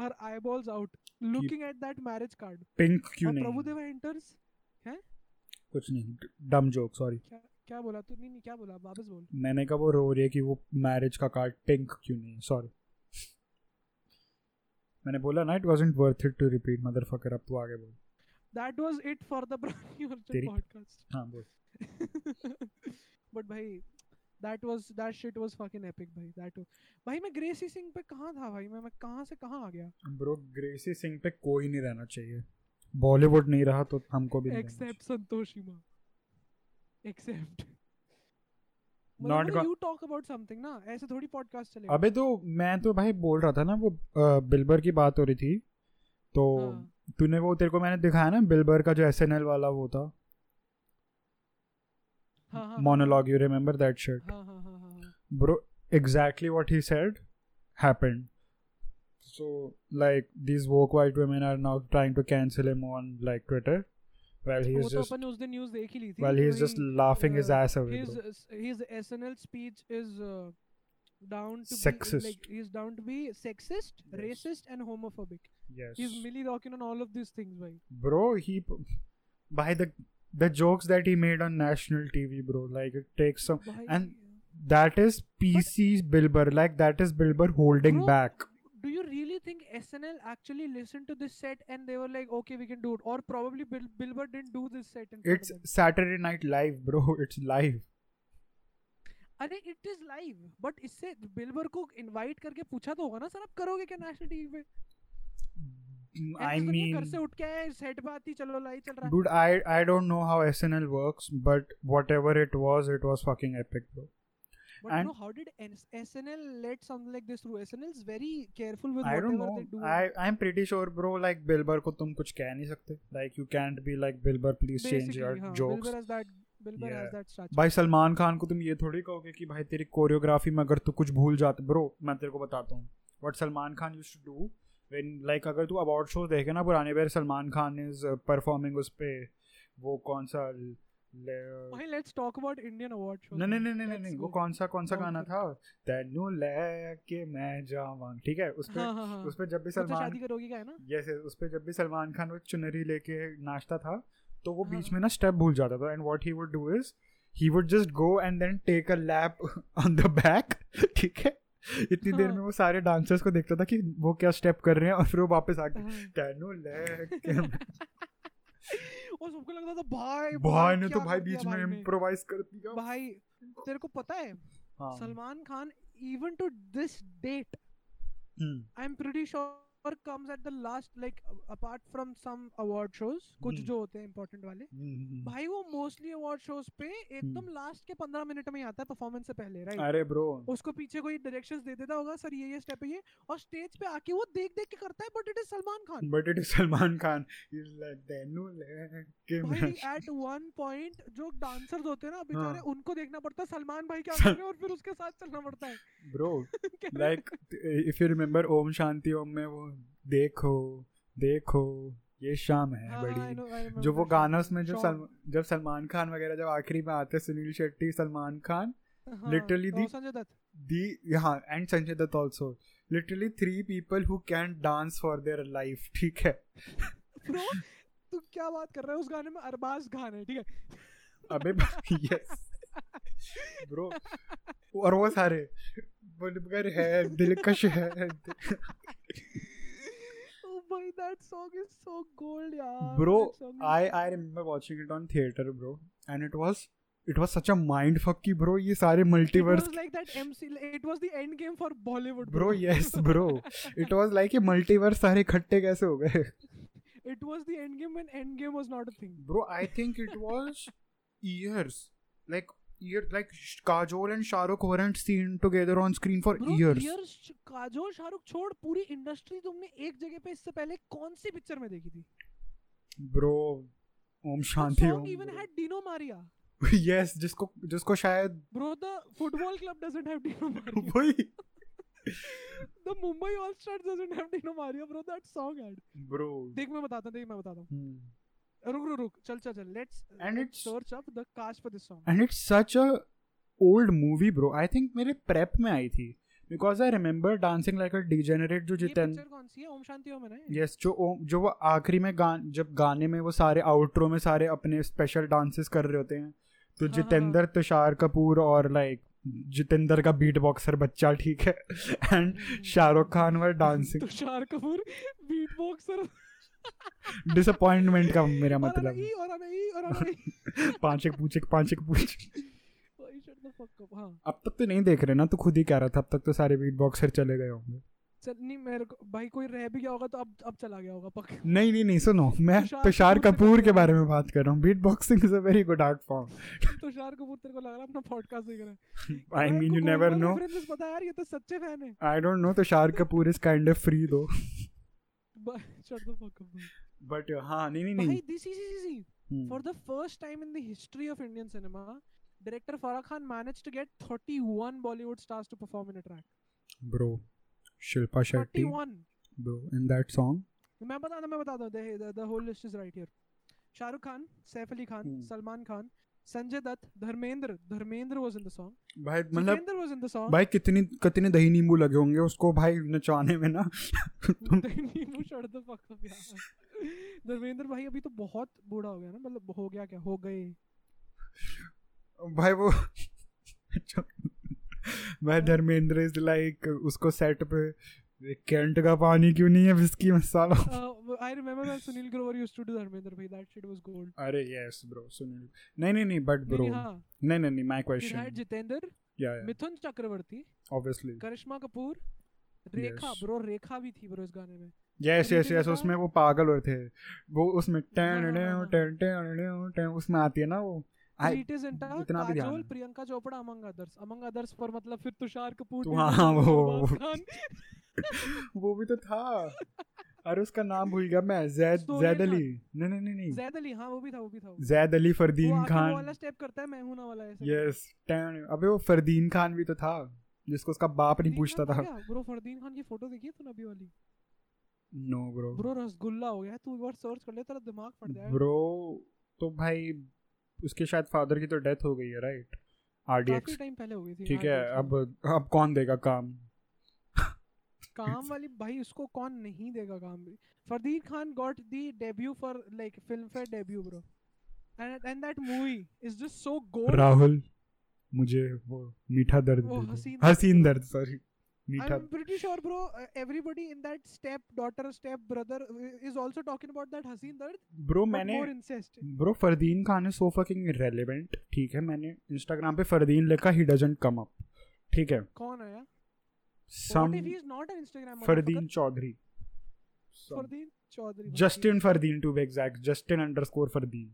B: her eyeballs out looking at that marriage card
A: pink क्यों
B: और
A: नहीं
B: Prabhudeva enters
A: कुछ नहीं डम जोक सॉरी
B: क्या क्या बोला तू नहीं नहीं क्या बोला वापस बोल
A: मैंने कहा वो रो रही है कि वो मैरिज का कार्ड पिंक क्यों नहीं सॉरी मैंने बोला ना it wasn't worth it to repeat motherfucker अब तू आगे बोल
B: that was it for the brand
A: तेरी-
B: पॉडकास्ट
A: हाँ बोल
B: बट भाई that was that shit was fucking epic भाई दैट भाई मैं ग्रेसी सिंह पे कहां था भाई मैं मैं कहां से कहां आ गया
A: ब्रो ग्रेसी सिंह पे कोई नहीं रहना चाहिए बॉलीवुड नहीं रहा तो हमको भी
B: एक्सेप्ट संतोषीमा एक्सेप्ट
A: Not
B: मतलब
A: go-
B: you talk about something ना ऐसे थोड़ी पॉडकास्ट चलेगा
A: अबे तो मैं तो भाई बोल रहा था ना वो अ, बिल्बर की बात हो रही थी तो
B: हाँ,
A: तूने वो तेरे को मैंने दिखाया ना बिल्बर का जो एस वाला वो था
B: हाँ, हाँ,
A: monologue you remember that shirt
B: हाँ हाँ हाँ हाँ हाँ
A: bro exactly what he said happened so like these woke white women are now trying to cancel him on like twitter while
B: वो
A: he's
B: तो
A: just
B: अपन ने उस दिन न्यूज़ देख ही ली थी
A: while
B: कि
A: he's just
B: भाई
A: laughing his
B: uh,
A: ass away
B: his
A: bro.
B: his SNL speech is uh, down to
A: Sexist.
B: be like he's down to be sexist,
A: Yes.
B: racist, and homophobic. He's
A: yes
B: Millie Rocking on all of these things, bhai.
A: bro he by the the jokes that he made on national tv bro like it takes some
B: Bhai,
A: and that is pc bilber like that is bilber holding
B: Bro,
A: back
B: do you really think SNL actually listened to this set and they were like, okay, we can do it? Or probably Bill Bilber didn't do this set. In front of
A: it's
B: them.
A: saturday night live bro it's live
B: अरे it is live, but इससे बिल्बर को invite करके पूछा तो होगा ना sir आप करोगे क्या national TV पे? And
A: i
B: इस दुनिया घर
A: mean
B: से उठ के आया set पे आती चलो लाइव चल रहा है
A: Dude, I I don't know how SNL works, but whatever it was, it was fucking epic, bro.
B: But
A: And-
B: bro, how did NS SNL let something like this through? SNL is very careful with
A: I
B: whatever
A: don't
B: they do.
A: know. I I'm pretty sure, bro. Like Bilber को तुम कुछ कह नहीं सकते. Like you can't be like Bilber, please change your
B: हाँ,
A: jokes.
B: Bilber has that. Bilber
A: Yeah.
B: has that stature.
A: भाई सलमान खान को तुम ये थोड़ी कहोगे कि भाई तेरी कोरियोग्राफी में अगर तू कुछ भूल जाते ब्रो मैं तेरे को बताता हूँ what Salman Khan use to do when like अगर तू अवार्ड शो देखे ना पुराने बार सलमान खान इज परफॉर्मिंग उस पे वो कौन सा ले-
B: भाई let's talk about Indian award show
A: नहीं नहीं नहीं नहीं
B: Let's
A: नहीं वो
B: go.
A: कौन सा कौन सा
B: कौन
A: गाना था तेनू लेके मैं जावां ठीक है उस पे
B: हाँ हाँ हाँ
A: उस पे जब भी
B: मुझसे
A: सलमान
B: शादी करोगी का है ना
A: यस उस पे जब भी सलमान खान वो चुनरी लेके नाचता था तो वो बीच
B: हाँ।
A: में ना स्टेप भूल जाता था and what he would do is he would just go and then take a lap on the back ठीक है इतनी देर
B: हाँ।
A: में वो सारे डांसर्स को देखता था कि वो क्या स्टेप कर रहे हैं और फिर वो वापस आके
B: हाँ।
A: तेनू लेके मैं
B: और सबको लगता था भाई
A: भाई ने तो
B: क्या
A: भाई
B: कर दिया
A: बीच में
B: भाई ने।
A: इम्प्रोवाइज कर दिया
B: भाई तेरे को पता है
A: हाँ
B: Salman Khan even to this date
A: hmm,
B: I'm pretty sure comes at the last like a- apart from some award shows कुछ
A: हम्म।
B: जो होते हैं important वाले
A: हम्म, हम्म।
B: भाई वो मोस्टली अवार्ड शोज पे एकदम लास्ट के 15 मिनट में ही आता है परफॉर्मेंस से पहले राइट
A: अरे ब्रो
B: उसको पीछे कोई डायरेक्शंस दे देता होगा सर ये ये स्टेप है ये और स्टेज पे आके वो देख देख के करता है but it is Salman Khan
A: but it is Salman Khan. He's like Danu लेके
B: भाई
A: मैं
B: एट वन पॉइंट जो डांसर्स होते हैं ना बेचारे उनको देखना पड़ता है सलमान भाई क्या
A: हाँ। सल-
B: कर रहे हैं और फिर उसके साथ चलना पड़ता है
A: bro
B: कह रहे-
A: like if you remember Om Shanti Om में वो देखो देखो ये शाम है
B: हाँ, हाँ, I
A: बड़ी
B: know, I
A: जो
B: remember
A: वो
B: that
A: गाना
B: song.
A: उसमें जब
B: Sure.
A: सलम- जब सलमान खान वगैरह जब आखिरी में आते हैं, सुनील शेट्टी सलमान खान
B: हाँ,
A: literally
B: और
A: the-
B: Sanjay Dutt
A: the yeah and Sanjay Dutt also literally three people who can dance for their life ठीक है
B: ब्रो तू क्या बात कर रहा है उस गाने में अरबाज खान है ठीक है
A: अबे यस ब्रो और वो सारे बुलबगर है दिलकश है
B: oh भाई that song is so gold यार
A: Bro,
B: that song is-
A: I I remember watching it on theater, bro, and it was it was such a mind fuck ki bro. ये सारे
B: it
A: multiverse
B: was like that MC it was the end game for Bollywood
A: bro yes bro. It was like ये multiverse सारे इकट्ठे कैसे हो गए
B: it was the end game when end game was not a thing
A: bro. I think it was years like year like Sh- Kajol and Shahrukh weren't seen together on screen for
B: bro
A: years.
B: years Kajol Shahrukh छोड़ पूरी industry तुमने एक जगह पे इससे पहले कौन सी पिक्चर में देखी थी
A: Bro, Om Shanti
B: song
A: Om.
B: even
A: bro.
B: had Dino Maria
A: yes जिसको जिसको शायद
B: bro the football club doesn't have Dino Maria
A: वही
B: the Mumbai All Stars doesn't have Dino Maria bro that song had
A: bro.
B: देख मैं बताता हूँ देख मैं बताता हूँ
A: Hmm.
B: रुक रुक रुक चल चल चल uh, let's
A: And it's-
B: search up the cast for this song
A: and it's such a old movie bro I think मेरे प्रेप में आई थी because I remember dancing like a degenerate जो
B: ये
A: जितेन
B: पिक्चर कौन सी है ओम शांति ओम है ना ये?
A: यस जो ओ- जो वो आखिरी में गान जब गाने में वो सारे आउटरो में सारे अपने स्पेशल डांसेस कर रहे होते हैं तो
B: हाँ, हाँ,
A: जितेंद्र तुषार कपूर और लाइक जितेंद्र का बीट बॉक्सर बच्चा ठीक है and Shahrukh Khan were dancing
B: Tusshar Kapoor beat boxer
A: disappointment का मेरा
B: और
A: मतलब
B: अनई और अनई और अनई
A: पांच एक पूछ एक पांच एक पूछ
B: भाई shit, the fuck up हाँ
A: अब तक तो नहीं देख रहे ना तू खुद ही कह रहा था अब तक तो सारे बीट बॉक्सर चले गए होंगे
B: चल नहीं मेरे को भाई कोई रह भी गया होगा तो अब अब चला गया होगा पक
A: नहीं नहीं नहीं सुनो मैं
B: तुषार
A: तुषार
B: कपूर से
A: कपूर के
B: बात-
A: बारे में बात कर रहा हूँ beat boxing is a very good art form
B: Tushar तो कपूर तेरे को लग रहा है अपना पॉडकास्ट देख रहा है
A: आई
B: यार,
A: मीन
B: इनको
A: you never
B: global
A: no
B: references पता है यार ये तो सच्चे फैन है
A: I don't know Tusshar Kapoor is kind of free though
B: shut the fuck up
A: but हाँ नहीं नहीं
B: भाई
A: नहीं
B: this is easy For
A: hmm,
B: the first time in the history of Indian cinema, director Farah Khan managed to get 31 Bollywood stars to perform in a track.
A: bro Shilpa Shetty
B: 31.
A: bro in that song
B: मैं बता दूं, मैं बता दूं, the, the, the whole list is right here. Shahrukh Khan, Saif Ali Khan,
A: Hmm.
B: Salman Khan, Sanjay Dutt, Dharmendra. Dharmendra was in the song.
A: भाई मतलब
B: Jitendra was in the song.
A: भाई कितनी कितने दही नींबू लगे होंगे उसको भाई नचाने में ना तुम
B: Then Neemu shut the fuck up यार. धर्मेंद्र भाई अभी तो बहुत बूढ़ा हो गया ना मतलब हो गया क्या हो गए
A: भाई वो अच्छा भाई धर्मेंद्र इज लाइक उसको सेट पे कैंट का पानी क्यों नहीं है whisky masala
B: I remember when Sunil Grover used to do Dharmendra भाई that shit was gold
A: अरे यस ब्रो सुनील नहीं नहीं नहीं बट
B: नहीं
A: ब्रो
B: नहीं, हाँ
A: नहीं नहीं नहीं my
B: It had
A: question
B: Jitender,
A: या
B: Mithun Chakraborty,
A: obviously
B: Karisma Kapoor, Rekha
A: Yes.
B: Bro Rekha भी थी ब्रो इस गाने में
A: yes
B: Anything
A: yes yes
B: about-
A: उसमें वो पागल हुए थे वो उसमें
B: हाँ,
A: टैन
B: हाँ, हाँ।
A: टैन टैन टैन उसमें आती है ना वो आई
B: प्रीति जिंटा,
A: इतना भी ध्यान
B: काजोल,
A: है।
B: Priyanka Chopra among others among others पर मतलब फिर तुषार कपूर
A: तो
B: डी
A: हाँ,
B: जेंडर,
A: वो-
B: अरबाज
A: वो-
B: खान,
A: वो भी तो था अरे उसका नाम भूल गया मैं जैद
B: सोहेल
A: जैद
B: खान।
A: अली नहीं नहीं नहीं नहीं
B: जैद अली हाँ वो भी था वो भी था वो।
A: जैद अली
B: वो
A: फरदीन
B: आके वो
A: खान
B: वाला स्टेप करता है मैं हूं ना वाला ऐसे
A: यस टैन अबे वो फरदीन खान भी तो था जिसको उसका बाप नहीं
B: फरदीन
A: पूछता
B: खान
A: था
B: था ब्रो फरदीन खान की फोटो देखी है तूने अभी वाली
A: नो ब्रो
B: ब्रो रसगुल्ला हो गया है, तू एक बार सर्च कर ले तेरा दिमाग फट जाएगा
A: ब्रो तो भाई उसके शायद फादर की तो डेथ हो गई है राइट
B: काफी
A: आरडीएक्स
B: टाइम पहले हो गई थी
A: ठीक
B: हाँ,
A: है
B: RDX
A: अब अब कौन देगा काम
B: काम वाली भाई उसको कौन नहीं देगा काम भी Fardeen Khan got the debut for like Filmfare debut bro and and that movie is just so gold
A: Rahul मुझे वो मीठा दर्द
B: वो
A: दे दो।
B: हसीन
A: हसीन
B: दर्द।
A: दर्द सॉरी
B: आई
A: मीठा
B: am pretty sure bro everybody in that step daughter step brother is also talking about that हसीन दर्द
A: ब्रो
B: बट
A: मैंने
B: more incest
A: bro Fardeen Khan is so fucking relevant ठीक है मैंने इंस्टाग्राम पे फरदीन लिखा ही डजंट कम अप ठीक है
B: कौन है यार what
A: some
B: if he is not an Instagram
A: Fardeen Chaudhary
B: Fardeen Chaudhary भाई।
A: Justin Fardeen to be exact Justin underscore Fardeen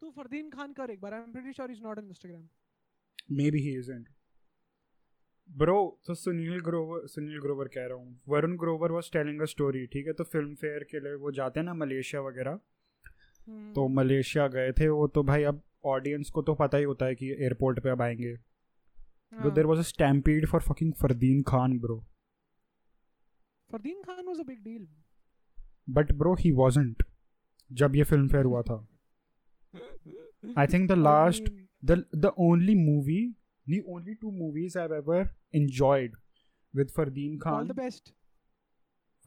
B: तू तो फरदीन खान कर एक बार I am pretty sure is not an Instagram
A: maybe he isn't bro तो सुनील ग्रोवर सुनील ग्रोवर कह रहा हूँ Varun Grover was telling a story ठीक है तो फिल्म फेयर के लिए वो जाते हैं ना मलेशिया वगैरह तो मलेशिया गए थे वो तो भाई अब ऑडियंस को तो पता ही होता है कि एयरपोर्ट पे अब आएंगे
B: हाँ।
A: तो there was a stampede for fucking Fardeen Khan bro
B: Fardeen Khan was a big deal
A: but bro he wasn't जब ये फिल्म फेयर हुआ था I think the last the the only movie the only two movies I've ever enjoyed with Fardeen
B: all
A: Khan.
B: The best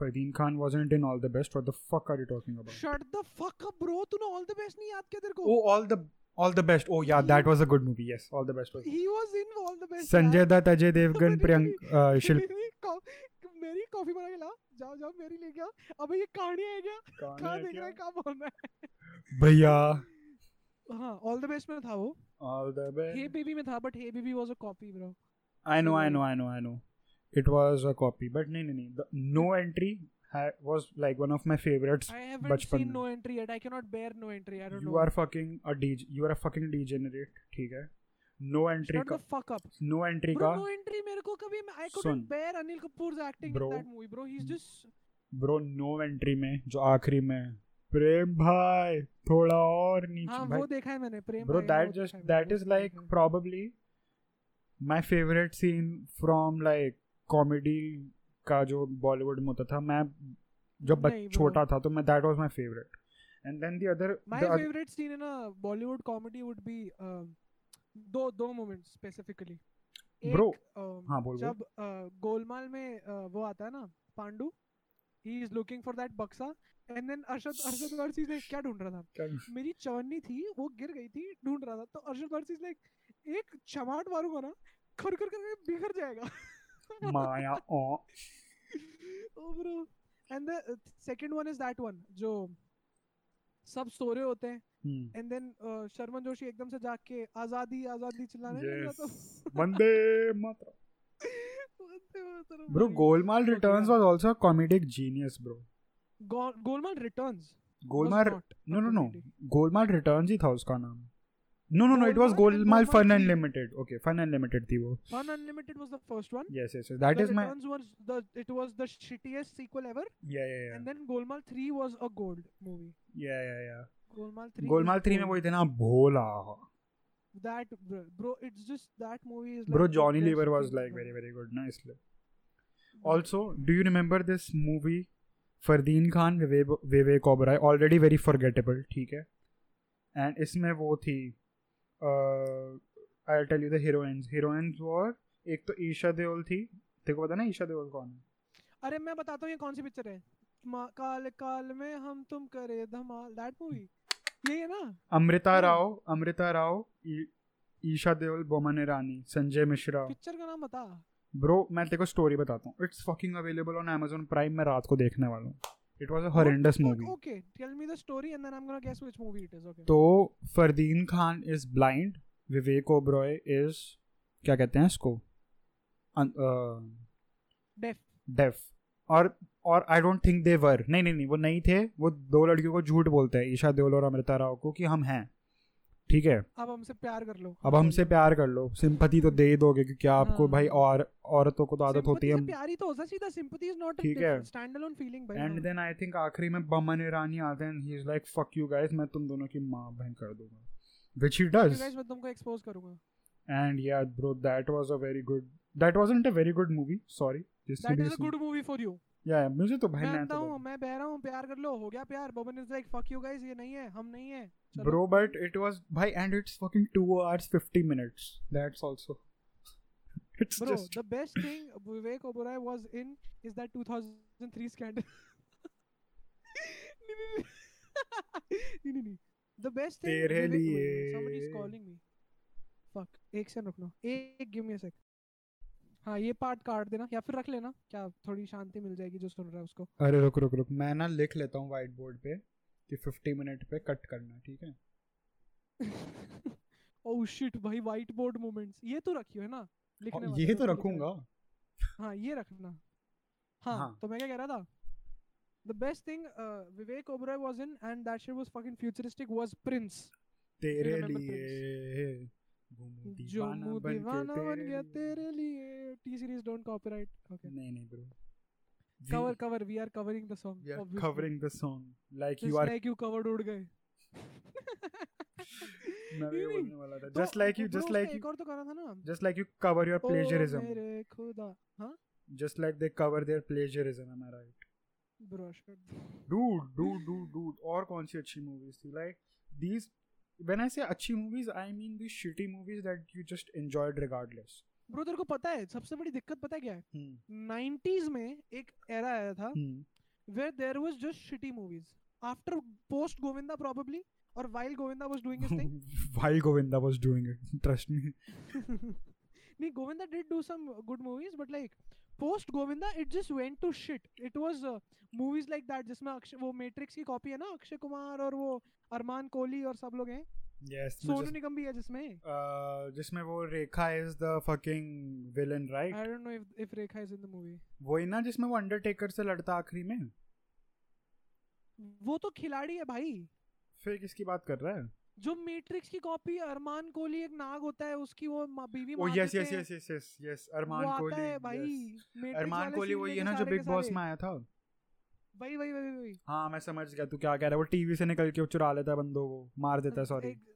A: Fardeen Khan wasn't in all the best. What the fuck are you talking about?
B: Shut the fuck up bro तूने all the best नहीं याद किया तेरे को
A: Oh, all the all the best. Oh yeah, that was a good movie. Yes, all the best was.
B: He was in all the best
A: Sanjay Dutt Ajay Devgn
B: Somebody-
A: Priyanka uh, Shilpa
B: मेरी coffee बना के ला जाओ जाओ मेरी ले गया अबे ये कहानी है क्या कहां देख रहा है हाँ, कहां बोलना
A: भैया
B: है हां ऑल द बेस्ट में था वो
A: all the
B: hey
A: best
B: baby में था but hey baby was a copy bro
A: I know I know I know I know it was a copy but no no no the no entry ha- was like one of my favorites
B: I haven't
A: बचपन
B: scene
A: में।
B: No entry at I can not bear no entry I don't
A: you
B: no
A: are fucking a DJ you are a fucking degenerate ठीक है no entry
B: shut
A: का
B: the fuck up
A: no entry
B: bro
A: का
B: no entry मेरे को कभी आई
A: सुन।
B: Couldn't bear Anil Kapoor's acting
A: Bro,
B: in that movie bro he is just
A: bro no entry में जो आखिरी में प्रेम भाई थोड़ा और
B: हाँ
A: नीचे
B: वो
A: भाई
B: देखा है मैंने प्रेम
A: ब्रो
B: भाई, हाँ,
A: दैट
B: वो
A: जस्ट
B: देखा है,
A: दैट
B: वो
A: इज
B: देखा है,
A: लाइक
B: देखा है।
A: Probably my favourite scene from like comedy का जो बॉलीवुड में होता था मैं जब बच
B: नहीं, bro.
A: छोटा था तो मैं that was my favourite and then the other
B: My
A: the
B: favorite scene in a Bollywood comedy would be um, दो दो moments specifically.
A: Bro,
B: एक, um,
A: हाँ बोल बोल
B: जब uh, गोलमाल में uh, वो आता है ना Pandu he is looking for that बक्सा and then Arshad Arshad Warsi like क्या ढूंढ रहा था
A: क्या?
B: मेरी चवन्नी थी वो गिर गई थी ढूंढ रहा था तो अर्शद वारसी लाइक एक चमाट मारूंगा ना खर खर करके बिखर जाएगा
A: माया ओ
B: oh bro and the uh, second one is that one जो सब सो रहे होते हैं
A: हम्म
B: and then Sharman Joshi uh, एकदम से जाके आजादी आजादी चिल्लाने लग जाता
A: Yes. वंदे मातरम
B: तो मतलब
A: bro Golmaal returns was also a comedic genius bro
B: Golmaal returns
A: Golmaal no no no Golmaal returns ही था उसका नाम no no no it was
B: Golmaal and
A: Golmaal
B: Golmaal
A: fun
B: three.
A: Unlimited okay fun unlimited थी वो
B: fun unlimited was the first one
A: yes yes that is my
B: returns was the it was the shittiest sequel ever
A: yeah yeah yeah
B: and then Golmaal 3 was a gold movie
A: yeah yeah yeah
B: Golmaal 3
A: Golmaal 3 में वो इतना भोला
B: that bro, bro it's just that movie is
A: bro
B: like
A: Johnny
B: there's
A: Lever was
B: something
A: like
B: about
A: very
B: it.
A: Very good ना इसलिए
B: But
A: also do you remember this movie Fardeen Khan Vivek Vivek Oberoi already very forgettable ठीक है and इसमें वो थी uh, I tell you the heroines heroines और एक तो ईशा देओल थी तेरे को पता ना ईशा देओल कौन है
B: अरे मैं बताता हूँ ये कौन सी पिक्चर है मा- काल काल में हम तुम करे धमाल दैट मूवी यही है ना
A: अमृता
B: Hmm.
A: राव अमृता राव ई- ईशा देओल बोमन ईरानी संजय मिश्रा
B: पिक्चर का नाम बता
A: ब्रो मैं तेरे को स्टोरी बताता हूँ it's fucking available on amazon prime मैं रात को देखने वाला हूँ it was a horrendous movie
B: okay tell me the story and then I am gonna guess which movie it is okay
A: तो Fardeen Khan is blind Vivek Oberoi is क्या कहते हैं इसको अं,
B: डेफ
A: डेफ और और I don't think they were नहीं नहीं नहीं वो नहीं थे वो दो लड़कियों को झूठ बोलते हैं ईशा देओल और अमृता राव को कि हम हैं ठीक है
B: अब हमसे प्यार कर लो
A: अब हमसे प्यार कर लो सिंपथी तो दे ही दोगे क्योंकि आपको
B: हाँ।
A: भाई और औरतों को तो आदत होती है
B: प्यार ही तो होता है, सीधा सिंपैथी इज नॉट
A: ठीक है।
B: स्टैंड अलोन फीलिंग भाई
A: एंड
B: हाँ।
A: देन आई थिंक आखिरी में बमन ईरानी आते हैं he is like fuck you guys मैं तुम दोनों की माँ बहन कर दूंगा which he
B: You
A: does
B: guys, मैं तुमको एक्सपोज करूंगा
A: and yeah bro that was a very good that wasn't a very good movie sorry just
B: that
A: to be
B: is a good movie for you
A: yeah मुझे तो भाई
B: मैं
A: मैं
B: अंधा हूं
A: तो
B: मैं बह रहा हूं प्यार कर लो हो गया प्यार Boman is like fuck you guys ये नहीं है हम नहीं है चलो।
A: bro but it was भाई and it's fucking 2 hours 50 minutes that's also it's
B: Bro,
A: just
B: the best thing Vivek Oberoi was in is that 2003 scandal. Nee, nee, nee. Nee, nee, nee. The best thing.
A: तेरे
B: Vivek- wait, wait, wait,
A: लिए।
B: Somebody's calling me. Fuck. एक second रुकना. एक give me a sec. हाँ ये part काट देना या फिर रख लेना क्या थोड़ी शांति मिल जाएगी जो सुन रहा है उसको
A: अरे रुक रुक रुक मैं ना लिख लेता हूँ व्हाइट बोर्ड पे कि 50 मिनट पे कट करना ठीक है
B: ओह शिट Oh भाई व्हाइट बोर्ड मोमेंट्स ये तो रखियो है ना लिखने
A: और
B: वाला
A: ये तो
B: जो उसको लिखना है।
A: रखूंगा
B: हाँ ये रखना हाँ
A: हाँ।
B: तो मैं क्या कह रहा था the best thing Vivek Oberoi was in and that shit was fucking futuristic was Prince
A: तेरे
B: remember
A: लिए घूमू
B: जो
A: दीवाना
B: मुंह
A: बन के
B: दीवाना बन गया
A: लिए।
B: तेरे लिए T series don't copyright okay
A: नहीं नहीं bro
B: cover cover we are covering the song
A: we are covering the song like you
B: just
A: are
B: like you covered उड़ गए
A: मैं भी
B: नहीं, नहीं,
A: बोलने वाला था
B: तो
A: just like you
B: bro,
A: just
B: उसका
A: लाइक
B: एक और तो गाना था ना
A: just like you cover your
B: O
A: plagiarism
B: मेरे खुदा हाँ
A: just like they cover their plagiarism am i right
B: bro shit
A: dude dude dude dude और कौन सी अच्छी movies थी like these when i say अच्छी movies i mean these shitty movies that you just enjoyed regardless
B: bro तेरे को पता है सबसे बड़ी दिक्कत पता है क्या है
A: hmm.
B: 90s में एक एरा आया था
A: Hmm.
B: where there was just shitty movies after post Govinda probably or while Govinda was doing his thing.
A: while govinda was doing it trust me
B: Nee, Govinda did do some good movies, but like post Govinda, it just went to shit. It was uh, movies like that जिसमें अक्षय वो Matrix की copy है ना अक्षय कुमार और वो अरमान कोहली और सब लोग हैं
A: yes मैं
B: सोनू
A: just-
B: निगम भी है जिसमें
A: uh, जिसमें वो रेखा is the fucking villain right
B: I don't know if if Rekha is in the movie.
A: वही ना जिसमें वो अंडरटेकर से लड़ता आखिरी में
B: वो तो खिलाड़ी है भाई
A: फिर किसकी बात कर रहा है
B: जो मैट्रिक्स की कॉपी अरमान कोहली एक नाग होता है उसकी वो मा- बीवी
A: ओ
B: मार
A: यस
B: देते
A: यस
B: हैं।
A: यस यस यस यस अरमान
B: वो आता
A: कोहली
B: है भाई तो
A: yes.
B: Matrix
A: अरमान
B: वाले
A: कोहली
B: scene
A: वही है
B: में के
A: ना जो
B: सारे
A: बिग
B: के
A: बॉस
B: सारे।
A: में आया था
B: वही वही वही वही
A: हाँ मैं समझ गया तू क्या कह रहा है वो टीवी से निकल के वो चुरा लेता है बंदों को मार देता है
B: मतलब
A: सॉरी
B: एक-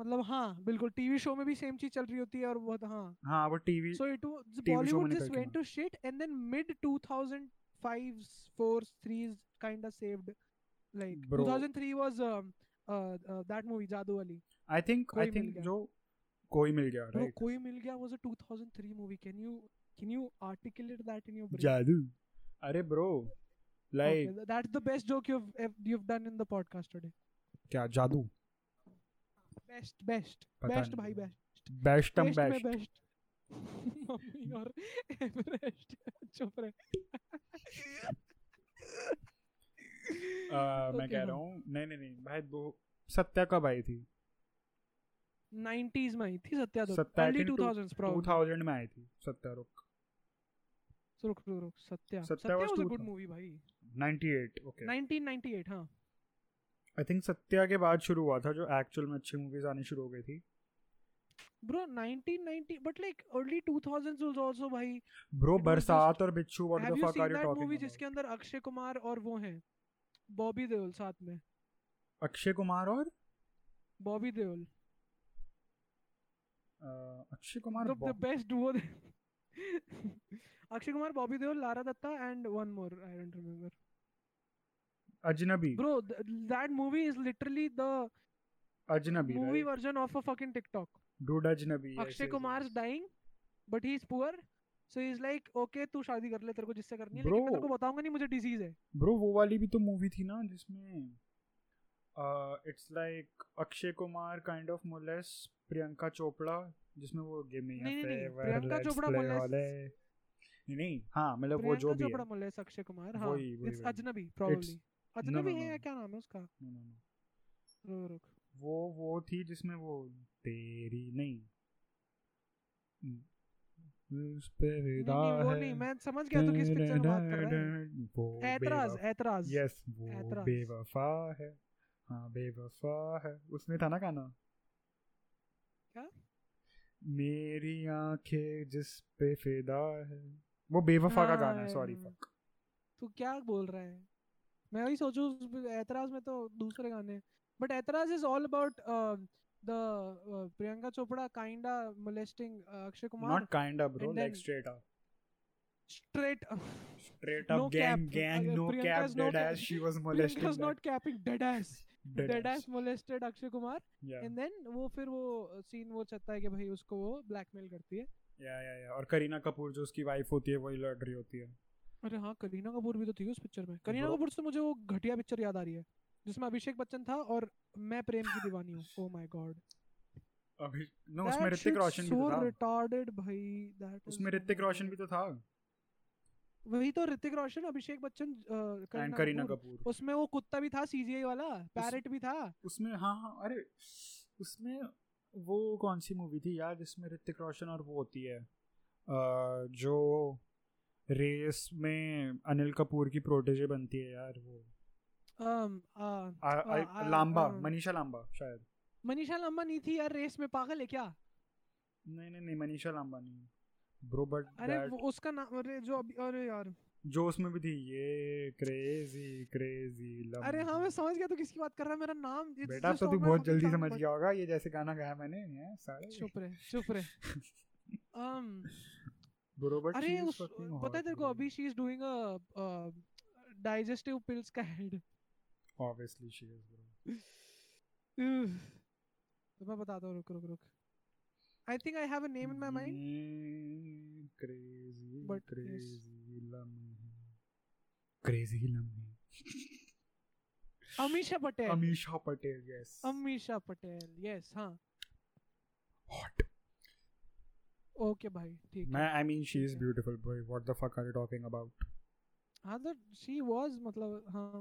B: मतलब हाँ बिल्कुल टीवी शो में भी सेम चीज चल रही होती है और बहुत हाँ
A: हाँ वो टीवी
B: सो इट
A: show में
B: बॉलीवुड
A: निकल
B: जस्ट
A: के
B: went to shit and then mid 2005 4 3 kind of saved like
A: Bro.
B: 2003 was that movie जादू वाली
A: आई थिंक आई
B: कोई मिल
A: थिंक
B: गया।
A: जो कोई मिल गया
B: bro
A: right
B: Koi Mil Gaya was a 2003 movie can you can you articulate that in your brain
A: जादू अरे bro like
B: that's the best joke you have you have done in the podcast today
A: क्या जादू
B: best best
A: पता
B: best
A: नहीं
B: भाई
A: bro.
B: Best
A: best एम
B: best
A: best
B: में best मम्मी और एवरेस्ट चुप रहे
A: आ, मैं कह रहा हूँ नहीं नहीं नहीं भाई वो सत्या कब आई थी
B: 90s में आई थी सत्या तो
A: Satya, I
B: early
A: think two-
B: 2000s
A: two
B: probably
A: thousand में आई थी सत्या रुक
B: So, रुक रुक रुक Satya
A: Satya
B: Satya
A: was
B: was a
A: 2000.
B: Good movie भाई
A: नाइन्टी एट ओके
B: 1998 हाँ
A: आई थिंक सत्या के बाद शुरू हुआ था जो एक्चुअल में अच्छी मूवीज आनी शुरू हो गई थी
B: bro 1990 but like early 2000s was also भाई
A: ब्रो
B: It was
A: बरसात और Bichhoo what
B: have
A: the
B: you
A: fuck
B: scene
A: are you
B: that movie जिसके
A: टॉकिंग
B: अंदर अक्षय कुमार और वो हैं बॉबी देओल साथ में
A: अक्षय कुमार और
B: बॉबी देओल
A: अ, अक्षय कुमार
B: मतलब द
A: बॉ-
B: best Duo Akshay Kumar Bobby Deol Lara Dutta and one more I don't remember
A: Ajnabee
B: bro that movie is literally the
A: Ajnabee
B: movie
A: right?
B: Version of a fucking TikTok
A: dude Ajnabee
B: Akshay Kumar is dying but he is poor so he is like okay तू शादी कर ले तेरे को जिससे करनी है लेकिन मैं
A: Bro.
B: तेरे को बताऊंगा नहीं मुझे डिजीज है
A: ब्रो वो वाली भी तो मूवी थी ना जिसमें it's like Akshay Kumar kind of molests Priyanka Chopra जिसमें वो गिव मी
B: नहीं, नहीं, नहीं, प्रियंका चोपड़ा molest-
A: नहीं नहीं हाँ मतलब वो जो
B: प्रियंका
A: भी है
B: चोपड़ा मोलेस अक्षय कुमार हाँ। हां
A: वही- वही-
B: इट्स
A: वही। हाँ।
B: अजनबी प्रोबब्ली अजनबी
A: no,
B: है या
A: no.
B: क्या नाम है उसका
A: No, no, no.
B: रुक रुक
A: वो वो थी जिसमें वो तेरी नहीं हम्म, उस पे
B: नहीं,
A: विदा
B: नहीं वो
A: है
B: नहीं मैं समझ गया तू किस पिक्चर की बात कर रहा है
A: वो
B: ऐतराज
A: बेवफा-
B: ऐतराज
A: यस वो
B: ऐतराज।
A: बेवफा है हाँ बेवफा है उसमें था ना गाना
B: क्या?
A: मेरी आंखें जिस पे फिदा है वो बेवफा का गाना है
B: हाँ,
A: सॉरी
B: हाँ।
A: फक
B: तू क्या बोल रहा है मैं वही सोचू उस ब- ऐतराज में तो दूसरे गाने but Aitraaz is all about the uh, Priyanka Chopra kinda molesting Akshay
A: not
B: Kumar
A: kind of bro
B: And
A: like
B: then-
A: straight up
B: straight
A: straight up
B: No
A: gang
B: cap.
A: Gang
B: अगर
A: no
B: Priyanka
A: cap
B: is no
A: dead
B: cap-
A: as she was
B: Priyanka is
A: molested
B: not capping dead ass dead ass molested Akshay Kumar
A: या
B: and then वो फिर वो scene वो चलता है कि भाई उसको वो ब्लैकमेल करती है
A: या या या और करीना कपूर जो उसकी वाइफ होती है वही लड़ रही होती है
B: अरे हाँ करीना कपूर भी तो थी उस पिक्चर में करीना
A: Bro.
B: कपूर से मुझे वो घटिया पिक्चर याद आ रही है जिसमें अभिषेक बच्चन था और मैं प्रेम की दीवानी हूँ Oh ओ माय गॉड
A: अभी नो उसमें ऋतिक रोशन भी तो था
B: रिटार्डेड भाई दैट
A: उसमें ऋतिक रोशन भी तो था
B: वही तो ऋतिक रोशन अभिषेक बच्चन अ,
A: एंड
B: करीना
A: करीना
B: कपूर
A: कपूर
B: उसमें वो कुत्ता भी था सीजीआई वाला पैरट भी था
A: उसमें हाँ हाँ अरे उसमें वो कौन सी मूवी थी यार जिसमें ऋतिक रोशन और वो होती है अ, जो रेस में अनिल कपूर की प्रोटेजे बनती है यार वो
B: अम, आ,
A: आ, आ,
B: आ, आ,
A: लांबा
B: हाँ।
A: मनीषा लांबा शायद
B: मनीषा लांबा नहीं थी यार रेस में पागल है क्या
A: नहीं नहीं नहीं मनीषा लांबा नहीं ब्रो बट
B: अरे वो उसका नाम अरे जो अभी अरे यार
A: जो उसमें भी थी ये क्रेजी क्रेजी
B: अरे हाँ मैं समझ गया तो किसकी बात कर रहा है मेरा नाम it's
A: बेटा
B: just
A: तो तू
B: on my
A: बहुत
B: fucking
A: जल्दी
B: tongue,
A: समझ
B: but-
A: गया होगा ये जैसे गाना गाया मैंने ये साले
B: चुप रहे चुप रहे um,
A: ब्रो बट
B: अरे उस पता है तेरे को अभी she is doing a digestive pills का head
A: obviously she is bro
B: Ugh. तो मैं बताता हूँ रुक रुक रुक I think I have a name in my mind
A: crazy
B: But yes.
A: Crazy Lamhe crazy Lamhe
B: Amisha Patel
A: Amisha Patel yes
B: Amisha Patel yes हाँ
A: हॉट
B: ओके भाई ठीक है
A: मैं आई मीन शी
B: ठीक
A: इज
B: है।
A: Beautiful bro what the fuck are you talking about
B: हाँ तो she was मतलब हाँ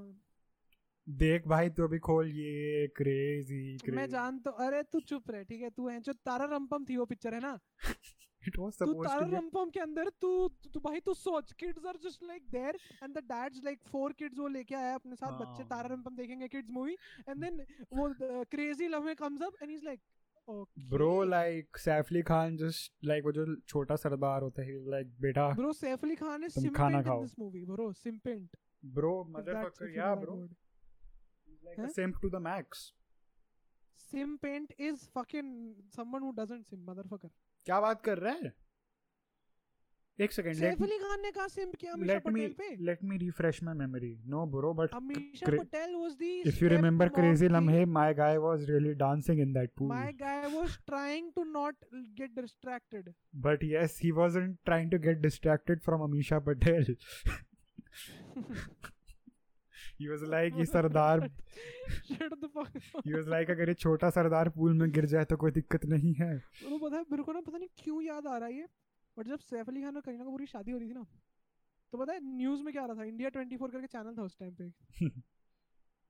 A: देख भाई तू अभी खोल ये क्रेजी
B: मैं जानता हूँ अरे तू चुप रहे ठीक है तू है जो तारा रंपम थी वो पिक्चर है ना
A: इट वाज
B: तू
A: सपोज्ड
B: तारा
A: टू
B: रंपम के अंदर तू तू भाई तू सोच kids are just like there and the dad's like four kids वो लेके आया अपने साथ बच्चे
A: हाँ।
B: तारा रंपम देखेंगे किड्स मूवी एंड देन वो क्रेजी लव में comes up and he is like
A: bro like Saif Ali Khan just like वो जो छोटा सरदार होता है लाइक बेटा
B: Bro, Saif Ali Khan is
A: तुम खाना
B: simpant in
A: खाओ।
B: this movie, bro. Simpant.
A: Bro
B: if that's-
A: motherfucker
B: if you
A: या
B: know that
A: bro
B: word.
A: Like
B: हैं?
A: Same to the max
B: Simpant is fucking someone who doesn't simp, motherfucker.
A: क्या बात कर रहा है एक सेकंड
B: Saif Ali Khan ने कहा simp किया अमीशा
A: let me
B: पटेल पे.
A: let me refresh my memory no bro but
B: Amisha
A: cra-
B: Patel was the
A: if you remember
B: stepmom
A: crazy
B: the-
A: lamhe my guy was really dancing in that pool
B: My guy was trying to not get distracted.
A: but yes he wasn't trying to get distracted from amisha patel he was like ये सरदार
B: Shut the fuck up.
A: he was like अगर ये छोटा सरदार pool में गिर जाए तो कोई दिक्कत नहीं है
B: वो पता है मेरे को ना पता नहीं क्यों याद आ रहा है ये बट जब सैफ अली खान और करीना कपूर की शादी हो रही थी ना तो पता है न्यूज में क्या आ रहा था इंडिया 24 करके चैनल था उस टाइम पे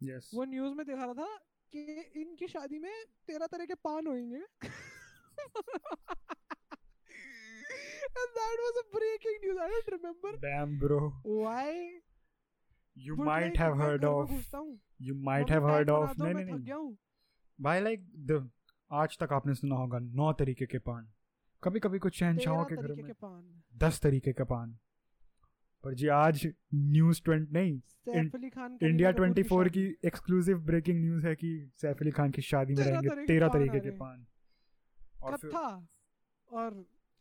A: यस
B: वो न्यूज में दिखा रहा था कि इनकी शादी में तेरह तरह के पान होंगे And that was a breaking news. I don't remember
A: damn bro
B: why.
A: You
B: but
A: might
B: like,
A: have
B: मैं
A: हर्ड
B: घर में
A: ऑफ
B: घुसता हूँ,
A: यू माइट
B: मम्मी
A: हैव
B: diet
A: हर्ड
B: बना
A: ऑफ
B: दो,
A: नहीं
B: मैं
A: नहीं
B: थक
A: नहीं
B: गया हूँ।
A: भाई लाइक द आज तक आपने सुना होगा नौ तरीके के पान कभी कभी कुछ शहनशाहों
B: तेरह
A: के घर
B: तरीके
A: में
B: के पान
A: दस तरीके के पान पर जी आज न्यूज ट्वेंट नहीं
B: तो Saif Ali Khan Kareena
A: India
B: Kapoor
A: twenty four
B: तो शादी।
A: की एक्सक्लूसिव ब्रेकिंग न्यूज है कि सैफ अली खान की शादी में
B: तेरह
A: रहेंगे
B: तरीके के
A: तेरह
B: पान आ
A: तरीके के पान और
B: रहे हैं।
A: फिर
B: कत्था और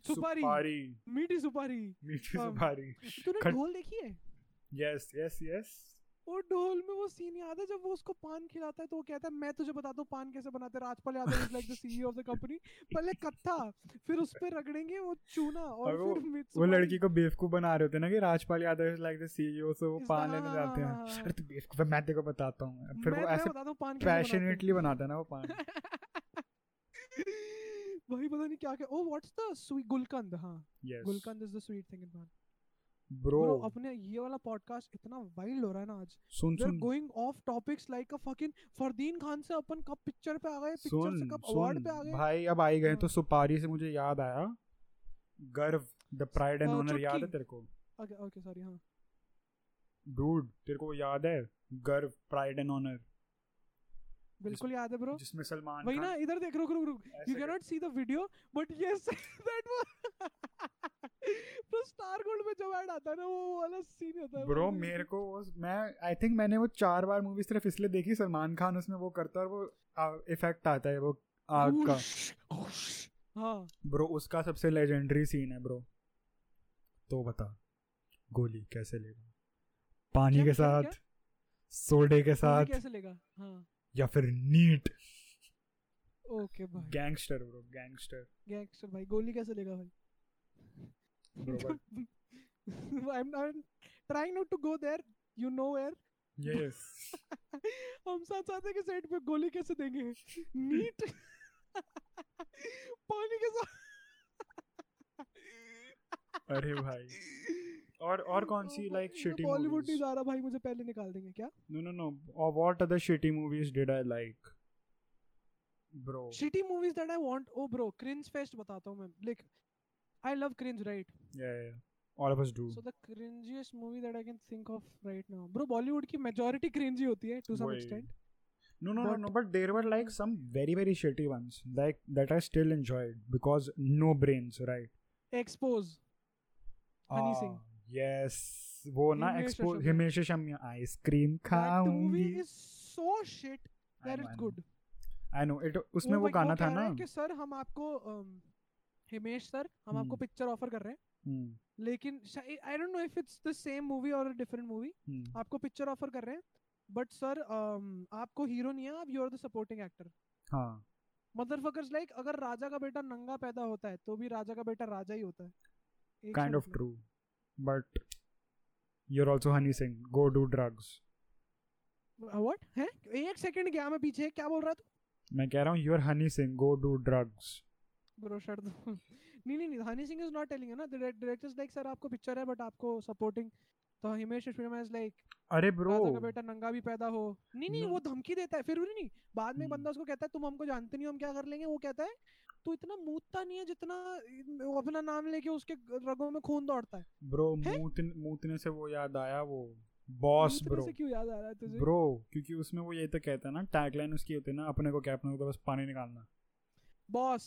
B: सुपारी।
A: सुपारी
B: मीठी सुपारी
A: मीठी
B: हाँ।
A: सुपारी
B: तूने
A: खट-
B: ढोल देखी है
A: यस यस यस
B: वो ढोल में वो सीन याद है जब वो उसको पान खिलाता है तो वो कहता है मैं तुझे बताता हूँ पान कैसे बनाते हैं Rajpal Yadav is like the CEO of the company पहले कत्था फिर उस पे रगड़ेंगे वो चूना और
A: और वो-
B: फिर
A: वो
B: मित्सुपारी।
A: लड़की को बेवकूफ बना रहे होते हैं ना कि Rajpal Yadav is like the CEO so E वो
B: Is the-
A: पान लेने
B: हाँ,
A: जाते हैं
B: हाँ, हाँ,
A: अरे तू बेवकूफ है मैं तेरे को बताता हूँ फिर
B: मैं
A: वो
B: तुम्हें
A: ऐसे
B: बताता हूँ पान कैसे बनाते हैं।
A: पैशनेटली बनाता है ना वो पान
B: वही पता नहीं क्या "Oh, क्या oh what's the sweet gulkand हाँ
A: yes
B: gulkand is the sweet thing in paan
A: bro
B: bro अपने ये वाला पॉडकास्ट इतना वाइल्ड हो रहा है ना आज
A: सुन
B: वी आर
A: सुन
B: going off topics like a fucking Fardeen Khan से अपन कब पिक्चर पे आ गए पिक्चर से
A: सुन
B: कब अवार्ड
A: सुन
B: पे आ गए
A: भाई अब आई गए
B: हाँ।
A: तो सुपारी से मुझे याद आया Garv the pride and
B: a,
A: honour याद है
B: चुटकी।
A: तेरे को
B: ओके ओके सॉरी हाँ
A: डूड तेरे को वो याद है गर्व प्राइड एंड ऑनर
B: बिल्कुल याद है ब्रो
A: जिसमें सलमान
B: वही
A: खान
B: ना इधर देख रुक रुक रुक
A: ऐसे
B: यू
A: कर-
B: can not see the video but yes that was तो स्टार गोल्ड में जब ऐड आता है ना वो वो वाला सीन होता है
A: ब्रो
B: वो-
A: मेरे को वो मैं आई थिंक मैंने वो चार बार मूवी सिर्फ इसलिए देखी सलमान खान उसमें वो करता है और वो इफेक्ट आता है वो आग का
B: हाँ
A: ब्रो उसका सबसे लेजेंडरी सीन है ब्रो तो बता गोली कैसे लेगा पानी
B: क्या-
A: के
B: क्या-
A: साथ
B: क्या?
A: सोडे के
B: साथ
A: साथ
B: कैसे लेगा हाँ
A: या फिर नीट
B: ओके भाई
A: गैंगस्टर ब्रो गैंगस्टर
B: गैंगस्टर भाई गोली कैसे लेगा भाई
A: Bro,
B: I'm I'm trying not to go there. You know where.
A: Yes
B: हम साथ साथ के साइड पे गोली कैसे देंगे नीट पानी के साथ
A: अरे भाई और और कौन सी लाइक शिटी
B: बॉलीवुड नहीं
A: मूवीज
B: जा रहा भाई मुझे पहले निकाल देंगे क्या
A: नो नो नो और what other shitty movies did I like bro
B: shitty movies that I want oh bro cringe fest बताता हूं मैं like I love cringe right
A: yeah, yeah. All of us do.
B: So the cringiest movie that I can think of right now bro Bollywood की majority cringy होती है to some
A: वही।
B: Extent
A: no, no, no,
B: but-
A: no. But there were like some very, very shitty ones, like that I still enjoyed because no brains, right? Ah,
B: expose Honey Singh.
A: Yes. वो ना
B: Himesh
A: expose
B: Reshamiya.
A: Himesh शमिया ice cream
B: that movie
A: खाऊंगी
B: is so shit that is good
A: I know it उसमें वो गाना था ना
B: कि sir हम आपको um, हिमेश सर हम आपको
A: हम्म।
B: पिक्चर ऑफर कर रहे हैं
A: हम्म,
B: लेकिन I don't know if it's the same movie और डिफरेंट मूवी
A: हम्म,
B: आपको पिक्चर ऑफर कर रहे हैं बट सर आपको हीरो नहीं है आप you are the supporting actor
A: हाँ
B: मदरफकर्स लाइक अगर राजा का बेटा नंगा पैदा होता है तो भी राजा का बेटा राजा ही होता है एक
A: काइंड
B: शब्द
A: ऑफ
B: में।
A: True but you're also Honey Singh go do drugs
B: Uh, what है एक सेकंड गया मैं पीछे क्या बोल रहा था
A: मैं कह रहा हूँ you're Honey Singh go do drugs
B: bro shut नहीं नहीं नहीं Honey Singh is not telling है ना डायरेक्टर्स लाइक सर आपको पिक्चर है बट आपको सपोर्टिंग तो हिमेश रेशमिया इज लाइक
A: अरे ब्रो
B: राजा का बेटा नंगा भी पैदा हो नहीं नहीं
A: No.
B: वो धमकी देता है फिर भी नहीं बाद में
A: Hmm.
B: बंदा उसको कहता है तुम हमको जानते नहीं हो, हम क्या कर लेंगे वो कहता है तू इतना मूतता नहीं है जितना वो अपना नाम लेके उसके रगों में खून दौड़ता है
A: ब्रो
B: हैं?
A: मूत मूतने से वो याद आया वो बॉस
B: मूतने
A: ब्रो
B: से क्यों याद आ रहा है तुझे
A: ब्रो क्योंकि उसमें वो यही तो कहता है ना टैगलाइन उसकी होती है ना अपने को क्या अपने को तो बस पानी निकालना
B: बॉस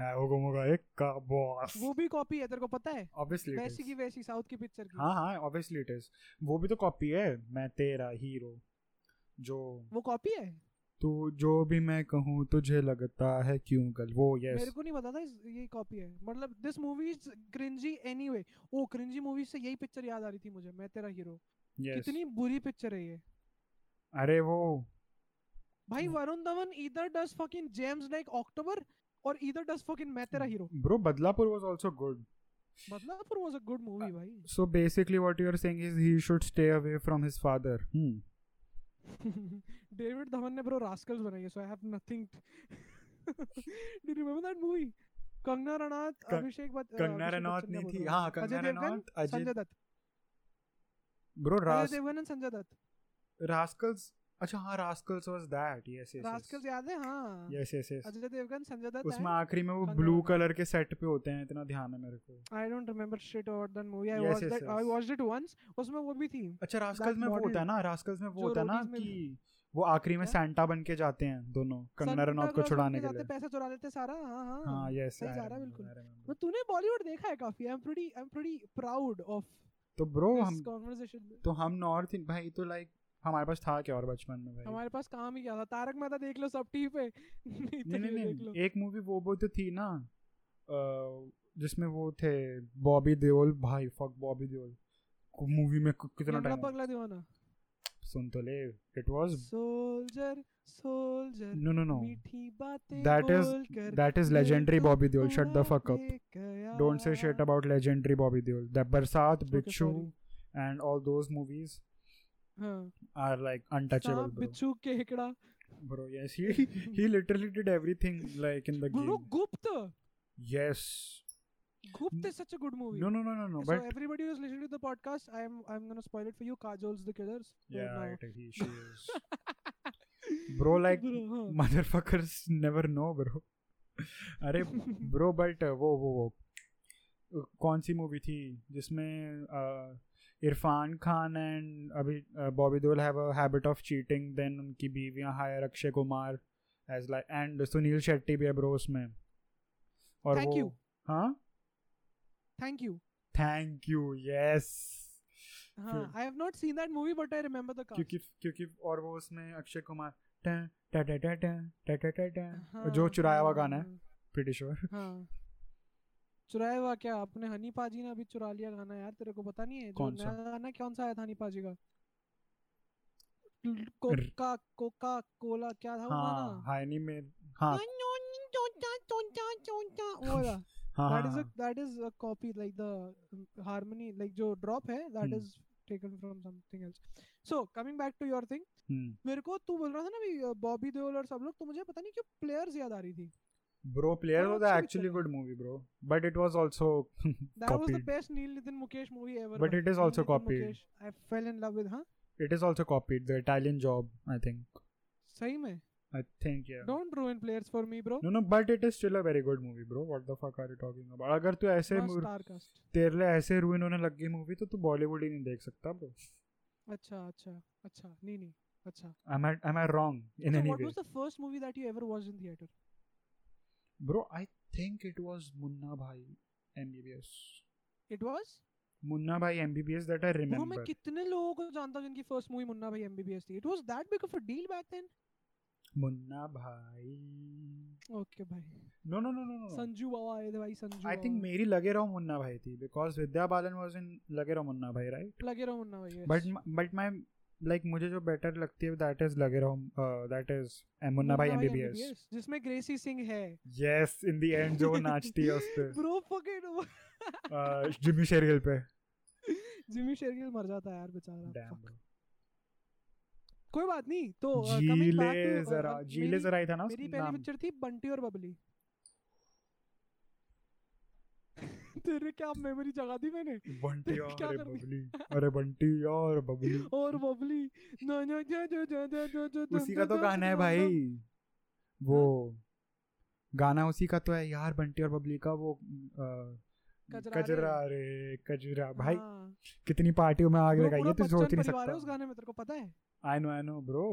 A: है वो घूमोगा एक का बॉस
B: वो भी कॉपी है तेरे को पता है
A: ऑब्वियसली
B: वैसी की वैसी साउथ की पिक्चर की
A: हाँ हाँ ऑब्वियसली इट इज वो भी तो कॉपी है मैं तेरा हीरो जो
B: वो कॉपी है
A: तू तो जो भी मैं कहूँ तुझे लगता है क्यों गल वो
B: मेरे
A: यस
B: को नहीं पता था इस- ये कॉपी है मतलब this movie is cringy anyway oh cringy movie से यही पिक्चर याद आ रही थी मुझे मैं तेरा हीरो
A: यस
B: कितनी बुरी पिक्चर है ये
A: अरे वो
B: भाई
A: हम्म।
B: Varun Dhawan either does fucking जेम्स लाइक अक्टूबर और either does fucking मैं तेरा मतलब hero
A: bro Badlapur was also good
B: Badlapur was a good movie भाई
A: सो basically what you are saying is he should stay away from his father hmm
B: David Dhawan ने bro Rascals बनाई है so I have nothing do remember that movie Kangana Ranaut
A: कं-
B: अभिषेक बच- अ,
A: कंगना
B: अभिषेक
A: रनौत
B: बच्चन, क्या
A: नहीं
B: तो बोल
A: थी
B: रहा हूँ?
A: हाँ कंगना
B: अजय देवगन,
A: रनौत अजय
B: संजय दत्त
A: ब्रो
B: अजय
A: रास
B: देवगन एंड संजय दत्त
A: रास्कल्स अच्छा हाँ Rascals was that yes
B: Rascals
A: yes
B: याद है हाँ
A: yes yes yes
B: Ajay Devgan Sanjay Dutt
A: उसमें आखिरी में वो
B: कंगना
A: ब्लू
B: रनौत।
A: कलर के सेट पे होते हैं इतना ध्यान है मेरे को
B: I don't remember straight about that movie I
A: Yes,
B: watched
A: yes,
B: that I
A: yes.
B: Watched it once उसमें वो भी थी
A: अच्छा रास्कल्स में वो
B: model,
A: होता है ना रास्कल्स में वो
B: जो
A: होता है ना
B: रोडीज में-
A: कि वो आखिरी में
B: क्या?
A: सैंटा बन के जाते हैं दोनों कंगना
B: संजय
A: रनौत को
B: दत्त
A: छुड़ाने
B: उनके
A: के
B: जाते
A: लिए
B: पैसा चुरा लेते सारा हाँ हाँ
A: हाँ यस
B: सही जा रहा है बिल्कुल। तो तूने बॉलीवुड देखा है काफी I am pretty I am pretty proud of
A: तो ब्रो हम
B: दिस कन्वर्सेशन
A: तो हम नॉर्थ भाई तो लाइक हमारे पास था क्या और बचपन में भाई
B: हमारे पास काम ही क्या था तारक मेहता देख लो सब टी पे नहीं तो
A: नहीं
B: ये
A: नहीं
B: देख लो
A: नहीं एक मूवी वो वो तो थी ना अ, जिसमें वो थे बॉबी देओल भाई फक बॉबी देओल मूवी में कि- कितना
B: लंगड़ा
A: टाइम
B: पगला दीवाना
A: सुन तो ले it was
B: soldier soldier
A: no no no
B: मीठी बातें
A: That is-
B: बोलकर
A: दैट इज लेजेंडरी
B: दिल को
A: Bobby Deol shut the fuck up
B: ले गया।
A: डोंट से shit about legendary Bobby Deol. The Barsat,
B: Okay,
A: Bichu,
B: sorry.
A: and all those movies
B: हाँ,
A: are like untouchable,
B: सांप,
A: bro.
B: बिच्छू केकड़ा Hmm.
A: Bro, yes, he he literally did everything like in the
B: guru
A: game.
B: Gupt
A: Yes.
B: Gupt is such a good movie
A: No, no, no, no, no.
B: So
A: But
B: everybody who's listening to the podcast, I'm I'm gonna spoil it for you. Kajol's the killers.
A: yeah,
B: now.
A: right, he she is. Bro, like
B: Bro, हाँ.
A: motherfuckers never know, bro. अरे bro but वो वो वो Uh, कौन सी मूवी थी जिसमें अ, इरफान खान एंड अभी uh, Bobby Deol have a habit of cheating then उनकी बीवियां hire Akshay Kumar as like and Sunil Shetty भी है ब्रो उसमें और
B: Thank
A: वो
B: you.
A: हाँ
B: Thank you.
A: Thank you yes
B: हाँ, I have not seen that movie, but I remember the cast.
A: क्योंकि क्योंकि और वो उसमें अक्षय कुमार टा- टा- टा- टा- टा- टा- टा- टा- टा-
B: हाँ,
A: जो चुराया हुआ
B: हाँ,
A: गाना है प्रीटी श्योर
B: हाँ चुराया हुआ क्या अपने हनी पाजी ने अभी चुरा लिया गाना यार तेरे को पता नहीं है जो
A: कौन सा?
B: नया गाना कौन सा आया था हनी पाजी का कोका कोका कोला क्या था वो
A: हाँ
B: गाना
A: हाय नहीं में हाँ
B: वो वाला
A: हाँ
B: that
A: हाँ,
B: is
A: हाँ।
B: a that is a copy like the um, harmony like जो drop है that
A: Hmm.
B: is taken from something else so coming back to your thing
A: hmm
B: मेरे को तू बोल रहा था ना भी बॉबी देओल और सब लोग तो मुझे पता नहीं क्यों प्लेयर्स याद आ रही थी
A: Bro, Player
B: वो
A: was
B: अच्छी
A: actually
B: picture
A: good movie, bro. But it was also
B: that was the
A: copied.
B: best Neil Nitin Mukesh movie ever
A: But
B: man.
A: it is
B: Neil
A: also
B: Nitin
A: copied.
B: Mukesh, I fell in love with हाँ
A: It is also copied. The Italian Job, I think.
B: सही में
A: I think yeah.
B: don't ruin players for me bro
A: No, no, but it is still a very good movie, bro. What the fuck are you talking about? अगर तू ऐसे
B: मस्त
A: मु-
B: star cast
A: तेरे लिए ऐसे ruin होने लग गई मूवी तो तू बॉलीवुड ही नहीं देख सकता, bro.
B: अच्छा अच्छा अच्छा नहीं नहीं अच्छा
A: Am I am I wrong in
B: so
A: any
B: what
A: way,
B: was the first movie that you ever watched in theater
A: bro? I think it was Munna Bhai MBBS.
B: it was
A: Munna Bhai MBBS that I
B: bro मैं
A: remember.
B: कितने लोगों को जानता हूँ जिनकी first movie Munna Bhai MBBS थी it was that big of a deal back then
A: Munna Bhai.
B: Okay भाई
A: No, no, no, no, no. no.
B: Sanju Baba आए थे भाई संजू
A: आई थिंक मेरी लगे रहो मुन्ना भाई थी because Vidya Balan was in लगे रहो मुन्ना भाई राइट
B: बाबा। लगे Raho Munna Bhai
A: but but my like मुझे जो बेटर लगती है that is Lage Raho uh, that is Munna Bhai MBBS
B: जिसमें ग्रेसी सिंह है
A: यस इन द एंड जो वो नाचती है उस
B: ब्रो फकिंग
A: पे जिमी शेरगिल पे
B: जिमी शेरगिल मर जाता है यार बेचारा
A: डैम
B: Fuck. कोई बात नहीं तो uh, coming
A: जीले
B: back to, uh,
A: जरा
B: uh,
A: जीले
B: मेरी-
A: जरा ही था ना
B: मेरी
A: उसका
B: पहली
A: नाम
B: पिक्चर थी बंटी और बबली तेरे क्या मेमोरी जगा दी मैंने
A: बंटी
B: क्या
A: और
B: कर-
A: बबली अरे बंटी और बबली
B: और बबली ना ना ना ना ना ना ना ना
A: उसी का तो गाना है भाई
B: तो-
A: वो
B: हाँ?
A: गाना उसी का तो है यार बंटी और बबली का वो अ,
B: कजरा रे।
A: कजरा रे कजरा भाई
B: हाँ।
A: कितनी पार्टियों में आग
B: ब्रो,
A: लगाई
B: पूरा
A: है तू सोच नहीं
B: बच्चन परिवार है उस
A: सकता
B: गाने में तेरे को पता है
A: I know I know bro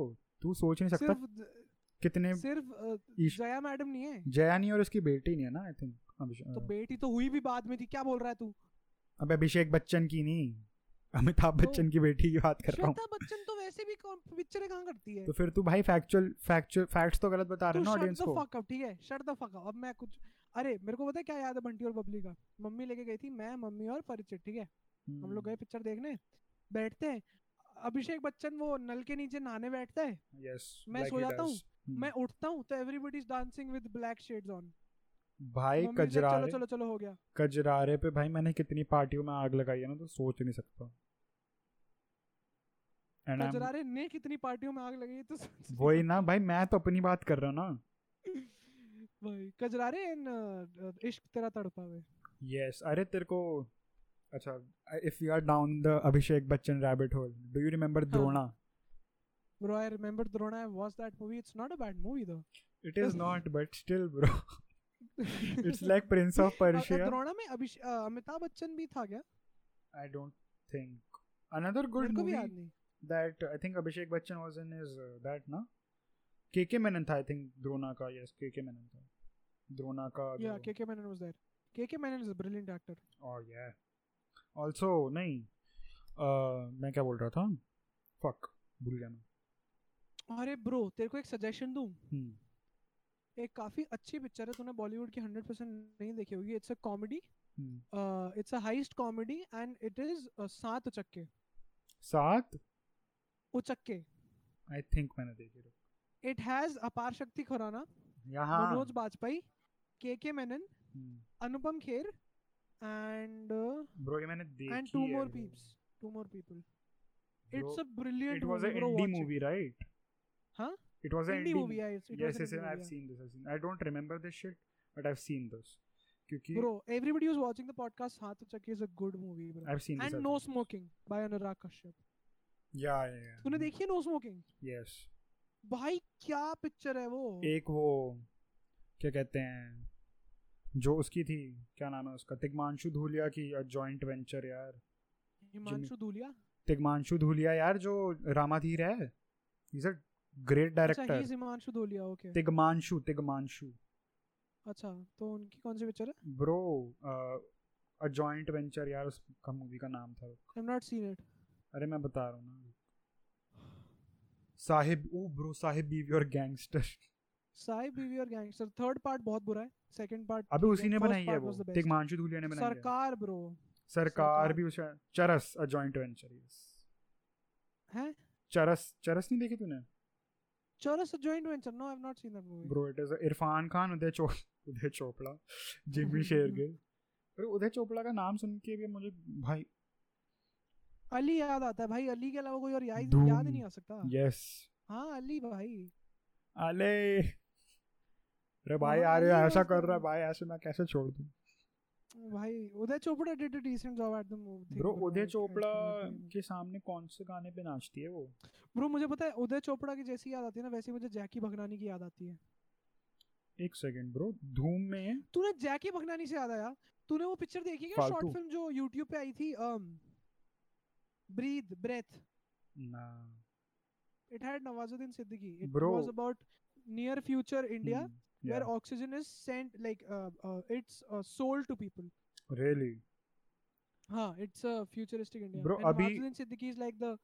A: तू सोच नहीं सकता
B: सिर्फ ज-
A: कितने
B: सिर्फ अ,
A: ईश- हाँ।
B: जया मैडम नहीं है
A: जयानी और उसकी बेटी नहीं है ना आई
B: तो
A: थिंक
B: बेटी तो हुई भी बाद में थी क्या बोल रहा है तू
A: अब अभिषेक बच्चन की नहीं अमिताभ
B: तो-
A: बच्चन की बेटी की बात कर रहा हूँ
B: श्वेता बच्चन तो वैसे भी पिक्चरें कहाँ करती है
A: तो फिर तू भाई फैक्चुअल फैक्चुअल फैक्ट्स तो गलत बता रहा है
B: तू
A: ना
B: शट
A: ऑडियंस
B: द
A: को
B: फक अप ठीक है शट द फक अप अब मैं कुछ अरे मेरे को पता है क्या याद है बंटी और बबली का मम्मी लेके गई थी मैं मम्मी और परिचित ठीक है
A: हम्म।
B: हम लोग गए पिक्चर देखने बैठते हैं अभिषेक बच्चन वो नल के नीचे नहाने बैठता है
A: यस
B: मैं सो जाता हूँ, मैं उठता हूँ तो everybody is dancing with black shades on
A: भाई
B: मम्मी से
A: कजरा
B: चलो चलो चलो हो गया
A: कजरारे पे भाई मैंने कितनी पार्टियों में आग लगाई है ना तो सोच नहीं सकता एंड आई
B: कजरारे ने कितनी पार्टियों में आग लगाई है, तो सोच नहीं
A: वही ना भाई मैं तो अपनी बात कर रहा हूँ ना
B: भाई कजरारे इन इश्क तेरा तड़पावे
A: यस अरे तेरे को
B: हाँ।
A: अच्छा if you are down the Abhishek Bachchan rabbit hole do you remember Drona
B: Bro, I remember Drona. I watched that movie. It's not a bad movie though.
A: It is not, but still, bro. It's like Prince of Persia.
B: Drona में अभिष- अ, अमिताभ बच्चन भी था क्या
A: I don't think. Another
B: मेरे
A: good
B: को भी
A: movie
B: याद नहीं
A: that I think Abhishek Bachchan was in is uh, that ना KK Menon था I think Drona का yes KK Menon था Drona का
B: या
A: जो-
B: KK Menon was there KK Menon is a brilliant actor
A: और yeah also नहीं uh, मैं क्या बोल रहा था fuck भूल गया मैं
B: अरे ब्रो तेरे को एक सजेशन दूं
A: हम्म,
B: एक काफी अच्छी पिक्चर है तूने बॉलीवुड की 100% नहीं देखी होगी it's a comedy
A: hmm.
B: It's a heist comedy and it is Saat Uchakke
A: Saat
B: Uchakke
A: I think मैंने देखी है
B: it has Aparshakti Khurana
A: यहाँ
B: मनोज बाजपेयी केके मैनन
A: ब्रो
B: अनुपम खेर एंड
A: ये मैंने देखी
B: एंड टू
A: है,
B: more
A: bro.
B: Peeps two more people
A: Bro,
B: it's a brilliant
A: it was an indie movie right
B: Huh?
A: it was an
B: Indie movie,
A: mo-
B: yeah, it's, it
A: yes
B: was an
A: yes, yes
B: indie movie,
A: I've
B: yeah.
A: seen this I've seen I don't remember this shit but I've seen this क्योंकि
B: Bro, everybody who's watching the podcast, Haath Chakki is a good movie, bro.
A: I've seen this
B: And
A: I've
B: No
A: seen this.
B: Smoking by Anurag Kashyap.
A: yeah yeah, yeah.
B: तूने देखी है No Smoking?
A: yes
B: भाई क्या picture है वो?
A: एक वो क्या कहते हैं जो उसकी थी क्या नाम है उसका तिग्मांशु धूलिया की जॉइंट वेंचर यार
B: हिमांशु धूलिया.
A: तिग्मांशु धूलिया यार जो रामाधीर है इज अ ग्रेट
B: अच्छा, he
A: director
B: is Himanshu Dhulia, okay.
A: Tigmanshu Tigmanshu
B: अच्छा, तो उनकी कौन सी पिक्चर है?
A: ब्रो uh, अ जॉइंट वेंचर यार उसका मूवी का नाम था
B: I've not seen it.
A: अरे मैं बता रहा हूँ ना Saheb oh bro Saheb Biwi Aur gangster
B: साई Biwi Aur gangster third part बहुत बुरा है सेकंड पार्ट
A: अबे उसी ने
B: First
A: बनाई है
B: part
A: वो
B: was the best.
A: Tigmanshu Dhulia ने बनाई है
B: सरकार ब्रो
A: सरकार
B: सरकार।
A: भी उसे Charas a joint venture yes
B: है
A: चरस चरस नहीं देखी तूने
B: चौरस joint venture no I have not seen that movie
A: bro it is Irfan Khan Uday चो उदय चोपड़ा जिमी शेरगिल अरे उदय चोपड़ा का नाम सुन के भी मुझे भाई
B: अली याद आता है भाई अली के अलावा कोई और याद
A: धूम।
B: याद ही नहीं आ सकता
A: यस
B: हाँ अली भाई
A: अले अरे भाई
B: हाँ,
A: अरे
B: ये
A: ऐसा
B: मस्त
A: कर रहा है
B: है।
A: भाई ऐसे मैं कैसे छोड़ दूं
B: भाई Uday Chopra did a decent job at the movie
A: bro Uday Chopra के सामने कौन से गाने पे नाचती है वो
B: ब्रो मुझे पता है उदय चोपड़ा की जैसी याद आती है ना वैसे ही मुझे जैकी भगनानी की याद आती है
A: एक सेकंड ब्रो धूम में
B: तूने जैकी भगनानी से याद आया तूने वो पिक्चर देखी क्या
A: फालतू।
B: शॉर्ट फिल्म जो YouTube पे आई थी um, ब्रीथ ब्रेथ
A: ना
B: it had Nawazuddin Siddiqui it
A: Bro. Hmm,
B: was about near future India where
A: yeah
B: oxygen is sent like it's sold to people
A: really
B: हाँ it's a futuristic India
A: Bro, अभी-
B: Nawazuddin Siddiqui is like the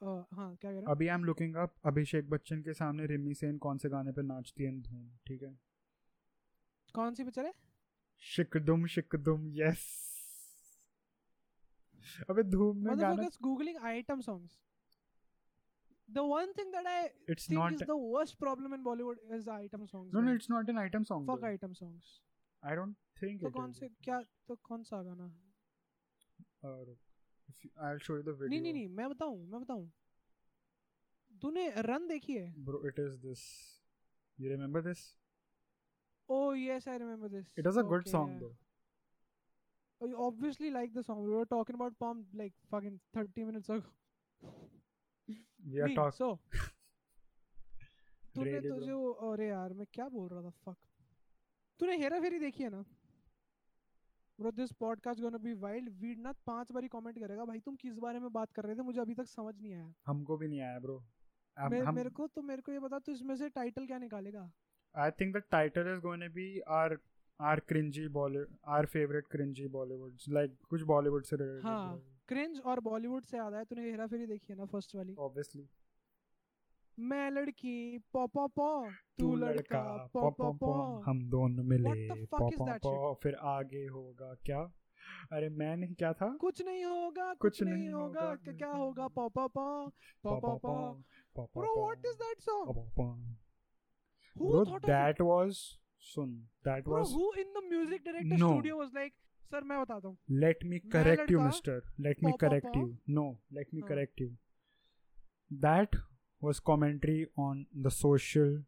B: हाँ क्या कह रहा
A: अभी I am looking up Abhishek Bachchan के सामने रिमी सेन कौन से गाने पे नाचती है in धूम ठीक है
B: कौन सी पिक्चर है
A: शिकदुम शिकदुम यस अबे धूम में गाना
B: Motherfuckers googling item songs. The one thing that I
A: it's
B: think
A: not
B: is the worst problem in Bollywood is the item songs.
A: No no
B: man.
A: It's not an item song
B: Fuck item songs.
A: I don't think
B: तो कौन से क्या तो कौन सा गाना
A: और I will show you the
B: नहीं
A: वीडियो
B: नहीं नहीं मैं बताऊं मैं बताऊं तूने रन देखी है
A: bro it is this you remember this
B: oh yes I remember this
A: it is a good song though
B: Oh, You obviously like the song. We were talking about Pump like fucking 30 minutes ago.
A: We are
B: नहीं,
A: talk
B: so, तूने
A: really
B: तो
A: bro.
B: जो अरे यार मैं क्या बोल रहा था फक तूने हेरा फेरी देखी है ना bro this podcast gonna be wild weed ना पांच बारी कमेंट करेगा भाई तुम किस बारे में बात कर रहे थे मुझे अभी तक समझ नहीं आया
A: हमको भी नहीं आया ब्रो
B: मे,
A: हम
B: मेरे को तो मेरे को ये बता तू इसमें से टाइटल क्या निकालेगा
A: I think the title is going to be our our cringy Bollywood, our favorite cringy Bollywoods, like कुछ Bollywood से related
B: हाँ.
A: होगा,
B: क्रिंज और बॉलीवुड से याद आया तूने हेरा फेरी देखी है ना फर्स्ट वाली
A: obviously.
B: मैं लड़की पॉ पॉ पॉ तू लड़का पॉ पॉ पॉ
A: हम दोनों मिले
B: the fuck
A: पॉ
B: is
A: पॉ
B: that
A: पॉ फिर आगे होगा क्या अरे मैं नहीं क्या था
B: कुछ नहीं होगा कुछ नहीं होगा क्या क्या होगा पॉ पॉ पॉ पॉ पॉ पॉ
A: पॉ
B: bro what is that song Who
A: Bro,
B: thought of it?
A: that was सुन that
B: तो Bro,
A: was
B: who in the music director
A: No.
B: studio was like, sir, मैं बताता हूँ.
A: let me
B: मैं
A: correct you
B: लड़का,
A: mister let me
B: पौ, पौ,
A: correct
B: पौ।
A: you no let me
B: हाँ।
A: correct you that was commentary on the social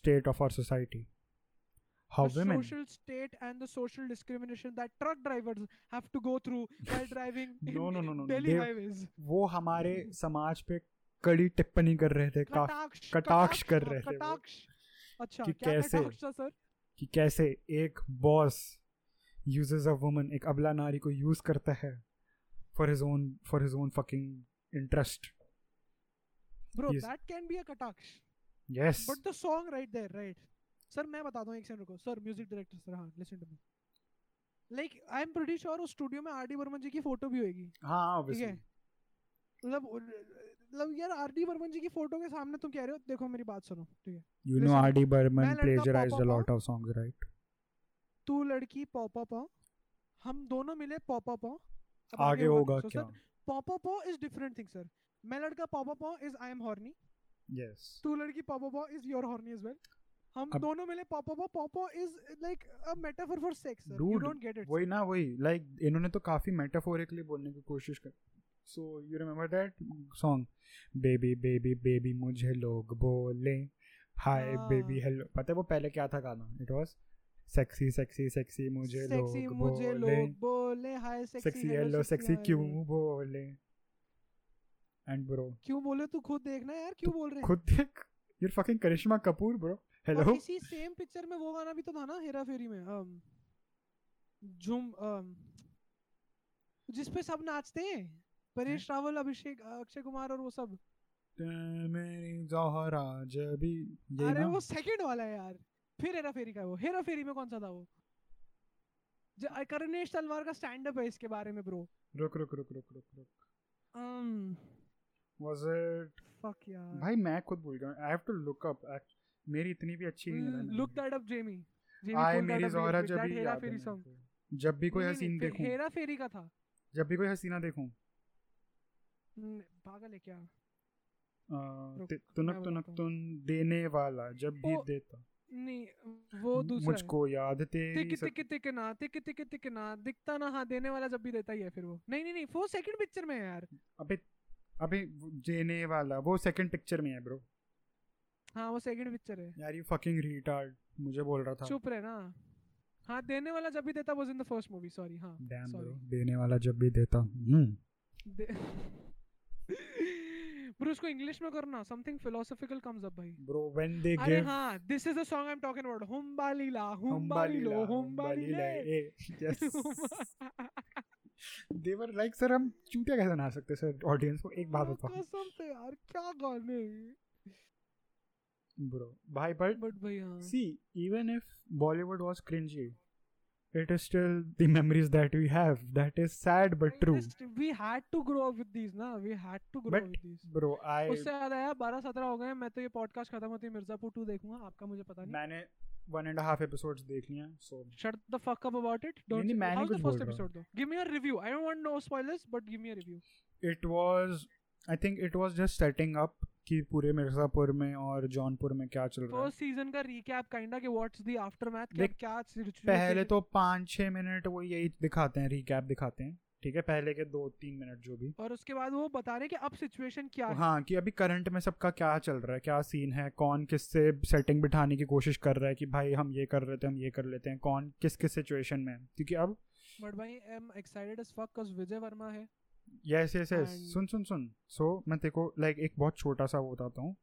A: state of our society how
B: the
A: women
B: social state and the social discrimination that truck drivers have to go through while driving
A: No,
B: in
A: no, no, no, no.
B: Delhi
A: They-
B: highways.
A: वो हमारे समाज पे कड़ी टिप्पणी कर रहे थे काफ
B: कटाक्ष
A: कटाक्ष कर
B: हाँ,
A: रहे थे वो।
B: कटाक्ष अच्छा
A: कि
B: क्या
A: कैसे?
B: कटाक्ष था सर
A: कि कैसे एक बॉस यूजेस अ वुमन एक अबला नारी को यूज करता है for his own for his own fucking interest
B: bro
A: Yes.
B: That can be a कटाक्ष
A: yes
B: but the song right there right sir मैं बताता हूँ एक सेकंड रुको सर म्यूजिक डायरेक्टर सर हाँ listen to me like I am pretty sure उस studio में आर डी बर्मन जी की फोटो भी होगी
A: हाँ
B: ठीक है
A: obviously.
B: मतलब मतलब यार आर डी बर्मन जी की फोटो के सामने तुम कह रहे हो देखो मेरी बात सुनो ठीक है
A: You know
B: Listen,
A: R.D. Burman
B: मैं लड़का
A: plagiarized a
B: पापा
A: lot of songs, right?
B: तू लड़की पॉपा पॉ हम दोनों मिले पॉपा पॉ अब
A: आगे होगा
B: कुछ। तो
A: क्या?
B: सर पॉपा पॉ इज डिफरेंट थिंग सर मैं लड़का पॉपा पॉ is I am horny
A: Yes.
B: तू लड़की पॉपा पॉ is your horny as well हम
A: अब-
B: दोनों मिले पॉपा पॉ पॉपा is like a metaphor for sex sir you
A: Dude,
B: don't get it
A: वही ना वही लाइक इन्होंने तो काफी मेटाफोरिकली बोलने की कोशिश कर so you remember that song baby baby baby मुझे लोग बोले हाय
B: हाँ।
A: बेबी हेलो पता है वो पहले क्या था गाना it was sexy sexy sexy मुझे
B: सेक्सी
A: लोग
B: मुझे
A: बोले
B: लोग बोले hi
A: sexy
B: sexy
A: hello sexy क्यों बोले एंड ब्रो
B: क्यों बोले तू खुद देखना यार क्यों बोल रहे हैं
A: खुद देख you fucking Karisma Kapoor bro
B: और
A: हेलो
B: इसी सेम पिक्चर में वो गाना भी तो था ना हेरा फेरी में um, झूम um, जिसपे सब नाचते हैं परेश
A: हाँ।
B: रावल अभिषेक अक्षय कुमार और वो सब
A: मेरी जहरा जबी ये
B: अरे
A: ना
B: वो सेकंड वाला है यार फिर हेरा फेरी का है वो हेरा फेरी में कौन सा था वो ज- अ, करुणेश तलवार का स्टैंड अप है इसके बारे में ब्रो
A: रुक रुक रुक रुक रुक रुक Um,
B: फक
A: वाज इट
B: यार
A: भाई मैं खुद भूल गया I have to look up मेरी इतनी भी अच्छी
B: Hmm,
A: नहीं है
B: लुक दैट अप जेमी
A: आई मेरी जोहरा जब भी
B: हेरा
A: याद है
B: फेरी
A: मेरे
B: सॉन्ग
A: को। जब भी कोई हसीन देखूं
B: हेरा फेरी का था
A: जब भी कोई हसीना देखूं Hmm,
B: न- पागल है क्या
A: अ,
B: रुक,
A: ते- तुनक
B: मैं
A: तुनक
B: बताता हूँ।
A: तुन देने वाला जब भी
B: ओ,
A: देता
B: नहीं वो दूसरा है।
A: मुझको याद
B: तिक
A: तेरी सब-
B: तिक तिक ना तिक तिक तिक ना दिखता ना हाँ देने वाला जब भी देता ही है फिर वो नहीं नहीं नहीं वो सेकंड पिक्चर में है यार
A: अबे अबे वो देने वाला वो सेकंड पिक्चर में है ब्रो
B: हाँ वो सेकंड पिक्चर है
A: यार यू फकिंग रिटार्ड मुझे बोल रहा था
B: चुप रहे ना हाँ देने वाला जब भी देता was in the first movie sorry हाँ
A: डैम
B: sorry.
A: ब्रो देने वाला जब भी देता हम्म
B: ब्रो उसको इंग्लिश में करना समथिंग फिलोसॉफिकल कम्स अप भाई
A: ब्रो व्हेन दे
B: अरे
A: गिव
B: हाँ this is the song I am talking about हुम्बाली ला हुम्बाली
A: हुम्बाली
B: लो
A: ला
B: हुम्बाली
A: हुम्बाली ला
B: ले
A: ए यस देवर लाइक सर हम चूतिया कैसे ना सकते सर ऑडियंस को एक बात
B: ब्रो,
A: बताओ
B: कसम से यार क्या गाने
A: ब्रो भाई बट
B: बट भाई हाँ
A: see even if Bollywood was cringy it is still the memories that we have that is sad but
B: I
A: true
B: just- we had to grow up with these ना we had to grow
A: But-
B: up with these
A: bro I
B: उससे याद आया 12 17 हो गए हैं, मैं तो ये पॉडकास्ट खत्म होते ही मिर्जापुर 2 देखूंगा आपका मुझे पता नहीं
A: मैंने वन एंड हाफ एपिसोड्स देख लिए so
B: shut the fuck up about it
A: नहीं, नहीं, मैं नहीं
B: द
A: कुछ
B: फर्स्ट
A: बोल रहा हूँ।
B: Episode two give me a review I don't want no spoilers but give me a review
A: it was I think it was just setting up कि पूरे मिर्जापुर में और जौनपुर में क्या चल रहा है
B: फर्स्ट सीजन का रीकैप काइंडा कि व्हाट्स द आफ्टरमैथ
A: देख,
B: क्या
A: पहले
B: situation-
A: तो पाँच छः मिनट वो यही दिखाते हैं रिकैप दिखाते हैं ठीक है पहले के दो तीन मिनट जो भी
B: और उसके बाद वो बता रहे हैं कि अब सिचुएशन क्या है
A: तो- हाँ कि अभी करंट में सबका क्या चल रहा है क्या सीन है कौन किससे सेटिंग बिठाने की कोशिश कर रहा है कि भाई हम ये कर लेते हैं हम ये कर लेते हैं कौन किस किस सिचुएशन में है क्योंकि अब
B: बट भाई I am excited as fuck cuz Vijay Varma है
A: यस यस यस
B: And-
A: सुन सुन सुन सो मैं तेरे को लाइक एक बहुत छोटा सा वो बताता हूँ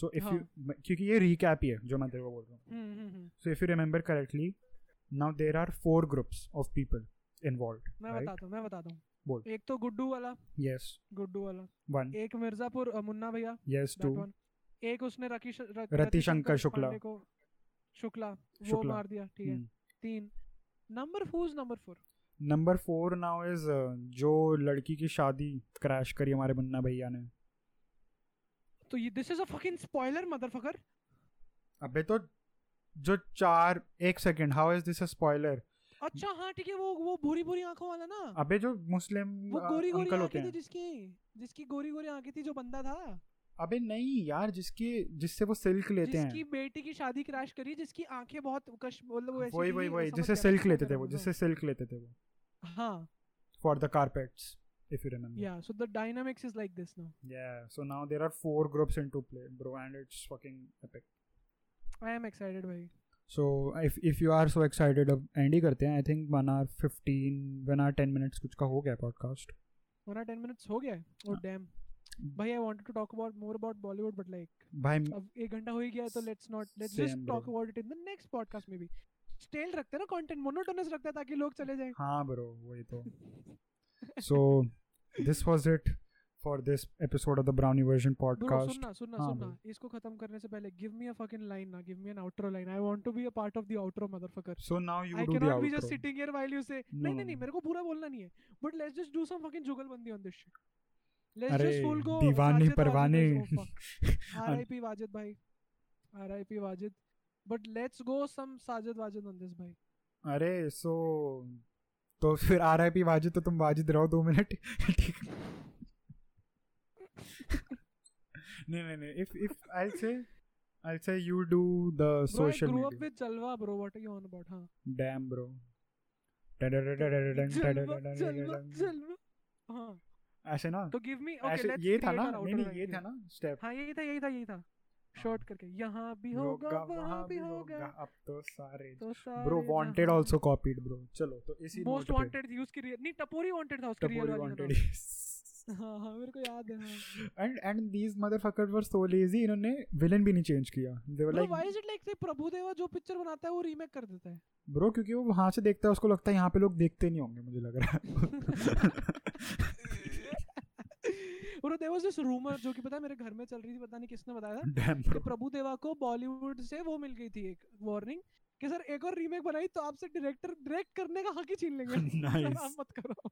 A: सो इफ यू
B: हाँ।
A: क्योंकि ये रिकैप ही है जो मैं तेरे को बोल रहा हूँ
B: hmm hmm hmm
A: so if you remember correctly now there are four groups of people
B: मैं
A: इन्वॉल्व
B: बताता हूँ मैं बताता हूँ
A: बोल।
B: एक तो गुड्डू वाला
A: यस
B: गुड्डू वाला
A: वन
B: एक मिर्जापुर अ, Munna Bhaiya
A: yes
B: that
A: two
B: one. एक उसने रकी श- र-
A: रतिशंकर शुक्ला।
B: पांडे को शुक्ला वो
A: शुक्ला, हम्म।
B: मार दिया ठीक है तीन number four number four
A: number four now is uh, जो लड़की की शादी क्रैश करी हमारे मुन्ना भैया ने
B: तो ये this is a fucking spoiler motherfucker
A: अबे तो जो चार एक second how is this a spoiler
B: अच्छा
A: हम्म।
B: हाँ ठीक है वो वो भूरी भूरी आंखों वाला ना
A: अबे जो मुस्लिम
B: वो तो
A: अ,
B: गोरी गोरी
A: अंकल होते
B: आंखें थी
A: हैं
B: जिसकी जिसकी गोरी गोरी आंखें थी जो बंदा था
A: अबे नहीं यार जिसके जिससे वो सिल्क लेते
B: जिसकी
A: हैं
B: बेटी की शादी क्रैश करी जिसकी आंखें बहुत कश मतलब वो ऐसी
A: वही
B: थी,
A: वही वही
B: समझ
A: जिससे
B: गया,
A: सिल्क
B: समझ
A: लेते थे
B: गया मैं,
A: वो हम्म।
B: हाँ।
A: जिससे सिल्क लेते थे वो
B: हाँ
A: for the carpets if you remember
B: yeah so the dynamics is like this now
A: yeah so now there are four groups in to play bro and it's fucking epic
B: I am excited भाई
A: so if if you are so excited अब end ही करते हैं I think one hour fifteen one hour ten minutes कुछ का हो गया podcast हाँ।
B: वन 10 मिनट्स हो गया है ओ डैम Oh, भाई I wanted to talk about more about Bollywood but like
A: भाई
B: अब एक घंटा हो ही गया है तो let's not let's just
A: Same, bro.
B: Talk about it in the next podcast में भी स्टेल रखते हैं ना कंटेंट मोनोटोनस रखते हैं ताकि लोग चले जाएं
A: हाँ ब्रो वही तो so this was it for this episode of the brownie version
B: bro
A: podcast
B: सुनना सुनना
A: हाँ
B: सुनना इसको खत्म करने से पहले give me a fucking line ना give me an outro line I want to be a part of the outro motherfucker
A: so now you
B: I
A: do the
B: can be just
A: outro
B: sitting here while you say नहीं
A: No,
B: नहीं नहीं
A: no.
B: मेरे को पूरा बोलना नहीं है but let's just do some fucking jugalbandi on this shit let's
A: अरे
B: जस्ट फूल गो
A: दीवानी परवानी हाँ।
B: आरआईपी वाजिद भाई RIP Wajid but let's go some Sajid Wajid on this भाई
A: अरे सो तो फिर आर आई पी वाजिद तो तुम वाजिद रहो दो मिनट ठीक नहीं नहीं नहीं if if I say I say you do the
B: Bro, I
A: social
B: grew up
A: media
B: with Jalwa, bro. What are you on about, हाँ। huh?
A: Damn bro
B: Jalwa, Jalwa, Jalwa. हाँ,
A: ऐसे ना
B: तो give me. Okay,
A: ऐसे
B: let's
A: ये था
B: create
A: ना
B: our
A: नहीं
B: outro
A: नहीं ये
B: right
A: था
B: here.
A: ना स्टेप
B: हाँ, यही था, यही था, यही था. Short करके. यहाँ भी होगा, वहाँ भी होगा.
A: अब तो सारे
B: तो
A: ब्रो
B: सारे
A: वांटेड
B: जहाँ-
A: आल्सो कॉपीड ब्रो चलो तो इसी
B: Most
A: note पे तो
B: wanted थी उसकी real. नहीं टपोरी wanted था उसकी real
A: टपोरी
B: वाली
A: वांटेड
B: जगह. हाँ, हाँ, मेरे को याद है. हाँ.
A: And and these motherfucker were so lazy इन्होंने विलन भी नहीं चेंज किया they were
B: Bro, why
A: like
B: is it like they Prabhudeva जो पिक्चर बनाता है वो रीमेक कर देता है.
A: ब्रो क्योंकि वो वहां से देखता है उसको लगता है यहाँ पे लोग देखते नहीं होंगे मुझे लग रहा
B: Bro, there was this rumor जो कि पता है मेरे घर में चल रही थी पता नहीं किसने बताया था
A: है डैम
B: कि प्रभु देवा को बॉलीवुड से वो मिल गई थी एक वार्निंग कि सर एक और रीमेक बनाई तो आपसे डायरेक्टर डायरेक्ट करने का हक ही छीन लेंगे
A: Nice.
B: सर आप मत करो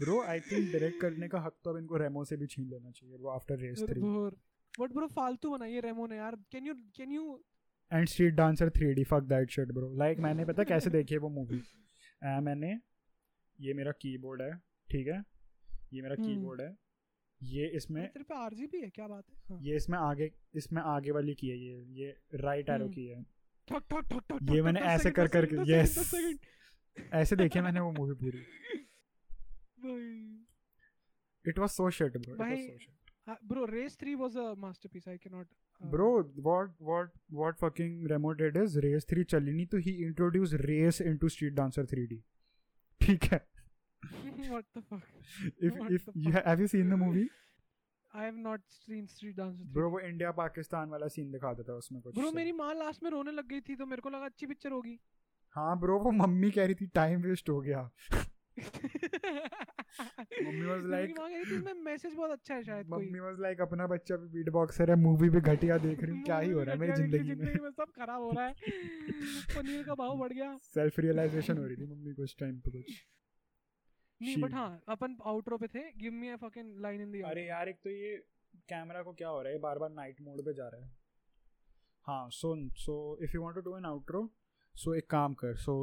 A: ब्रो आई थिंक डायरेक्ट करने का हक तो अब इनको रेमो से भी छीन लेना चाहिए ब्रो आफ्टर रेस 3
B: भोर बट ब्रो फालतू बनाई है रेमो ने यार can you can you
A: and Street Dancer 3D fuck that shit bro like मैंने पता कैसे देखी है वो मूवी मैंने ये मेरा कीबोर्ड है ठीक है ये मेरा
B: हम्म।
A: कीबोर्ड है ये इसमें
B: तेरे पे आरजीबी है क्या बात है हाँ.
A: ये इसमें आगे इसमें आगे वाली की है ये ये राइट एरो
B: हम्म।
A: की है
B: ठक ठक ठक ठक
A: ये
B: ठक,
A: मैंने
B: दस
A: ऐसे
B: second,
A: कर- कर
B: दस second,
A: के- yes.
B: दस second, दस second.
A: ऐसे देखी है मैंने वो मूवी पूरी
B: भाई हाँ,
A: it was so shit bro it was
B: भाई-
A: so shit
B: bro Race 3 was a masterpiece I can not
A: bro what what what fucking Remo dead is Race 3 चली नहीं तो ही introduce Race into Street Dancer 3D ठीक है
B: what the fuck
A: if
B: What
A: इफ
B: the
A: you
B: fuck?
A: Have you seen the movie
B: I have not seen street dance
A: bro वो India Pakistan वाला scene दिखा देता है उसमें कुछ
B: ब्रो
A: so-
B: मेरी माँ लास्ट में रोने लग गई थी तो मेरे को लगा अच्छी पिक्चर होगी
A: हाँ ब्रो वो मम्मी कह रही थी टाइम वेस्ट हो गया
B: मम्मी
A: was like-
B: माँ कह रही थी इसमें मैसेज बहुत अच्छा है शायद कोई
A: मम्मी वाज लाइक अपना बच्चा भी बीट बॉक्सर है मूवी भी घटिया देख रही हूँ क्या ही
B: मम्मी
A: हो रहा है मेरी
B: कहती है कि
A: जिंदगी में
B: सब खराब हो रहा है पनीर का भाव बढ़ गया
A: सेल्फ रियलाइजेशन हो रही थी मम्मी को उस टाइम पे कुछ
B: नहीं
A: Shit.
B: बट हाँ अपन आउटरो पे थे give me a fucking line in the
A: अरे यार एक तो ये कैमरा को क्या हो रहा है ये बार बार नाइट मोड पे जा रहा है हाँ सुन so if you want to do an outro so एक काम कर uh, सो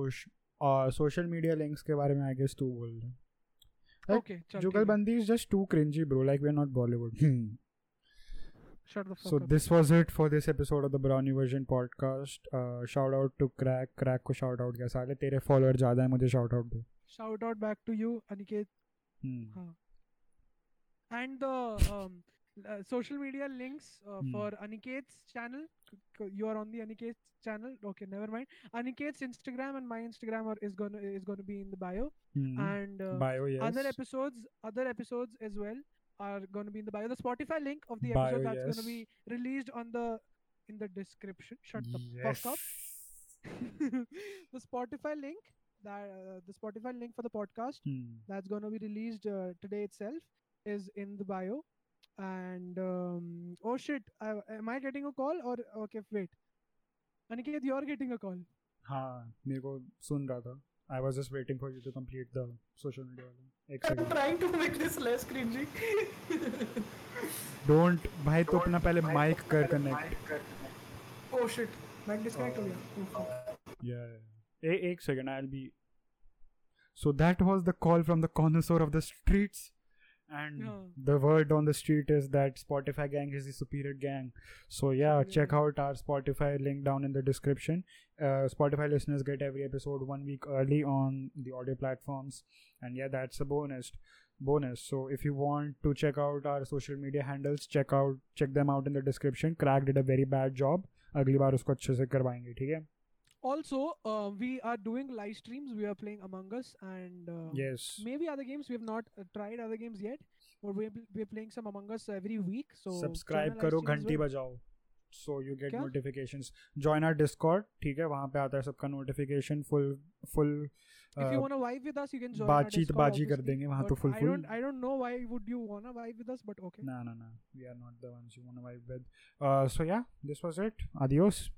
A: और सोशल मीडिया लिंक्स के बारे में आई गेस तू बोल रहे like,
B: ओके चल
A: jugalbandi is just too cringey bro like we are not Bollywood
B: shut
A: Hmm.
B: The
A: so
B: फक अप
A: this was it for this episode of the brownie version podcast uh, shout out to crack crack को shout out किया साले तेरे follower ज्यादा है मुझे shout out दे
B: shout out back to you Aniket हाँ।
A: hmm.
B: And um, the social media links
A: Hmm.
B: For Aniket's channel you are on the Aniket's channel okay never mind Aniket's Instagram and my Instagram are, is gonna is gonna be in the bio
A: hmm.
B: and uh,
A: bio yes
B: other episodes other episodes as well are going to be in the bio the spotify link of the
A: Bio,
B: episode that's going
A: yes.
B: to be released on the in the description shut the
A: yes.
B: fuck up the spotify link that uh, the spotify link for the podcast
A: Hmm.
B: that's going to be released uh, today itself is in the bio and um, oh shit I, am i getting a call or okay wait aniket you're getting a call
A: हाँ मेरे को सुन रहा था I was just waiting for you to complete the social media वाला एक
C: I'm
A: second
C: trying to make this less cringy.
A: don't भाई तो अपना पहले mic कर connect
C: oh shit, mic disconnect हो गया. Oh,
B: Uh,
C: fuck.
A: Yeah, yeah, yeah. A- एक second, I'll be. So that was the call from the connoisseur of the streets. And
B: Yeah.
A: the word on the street is that Spotify gang is the superior gang. So yeah,
B: Superior
A: check
B: gang.
A: out our Spotify link down in the description. Uh, Spotify listeners get every episode one week early on the audio platforms, and yeah, that's a bonus. Bonus. So if you want to check out our social media handles, check out check them out in the description. Crack did a very bad job. अगली बार उसको अच्छे से करवाएंगे ठीक है
B: also uh, we are doing live streams we are playing among us and uh,
A: yes
B: maybe other games we have not uh, tried other games yet और we we playing some among us every week so
A: subscribe करो घंटी बजाओ so you get
B: क्या?
A: Notifications join our Discord ठीक है वहाँ पे आता है सबका notification full full
B: if you want to vibe with us you can join
A: Uh, बातचीत बाजी कर देंगे वहाँ तो full
B: I
A: full
B: don't I don't know why would you want to vibe with us but okay
A: No, no, no. We are not the ones you want to vibe with. Uh, so yeah, this was it. Adios.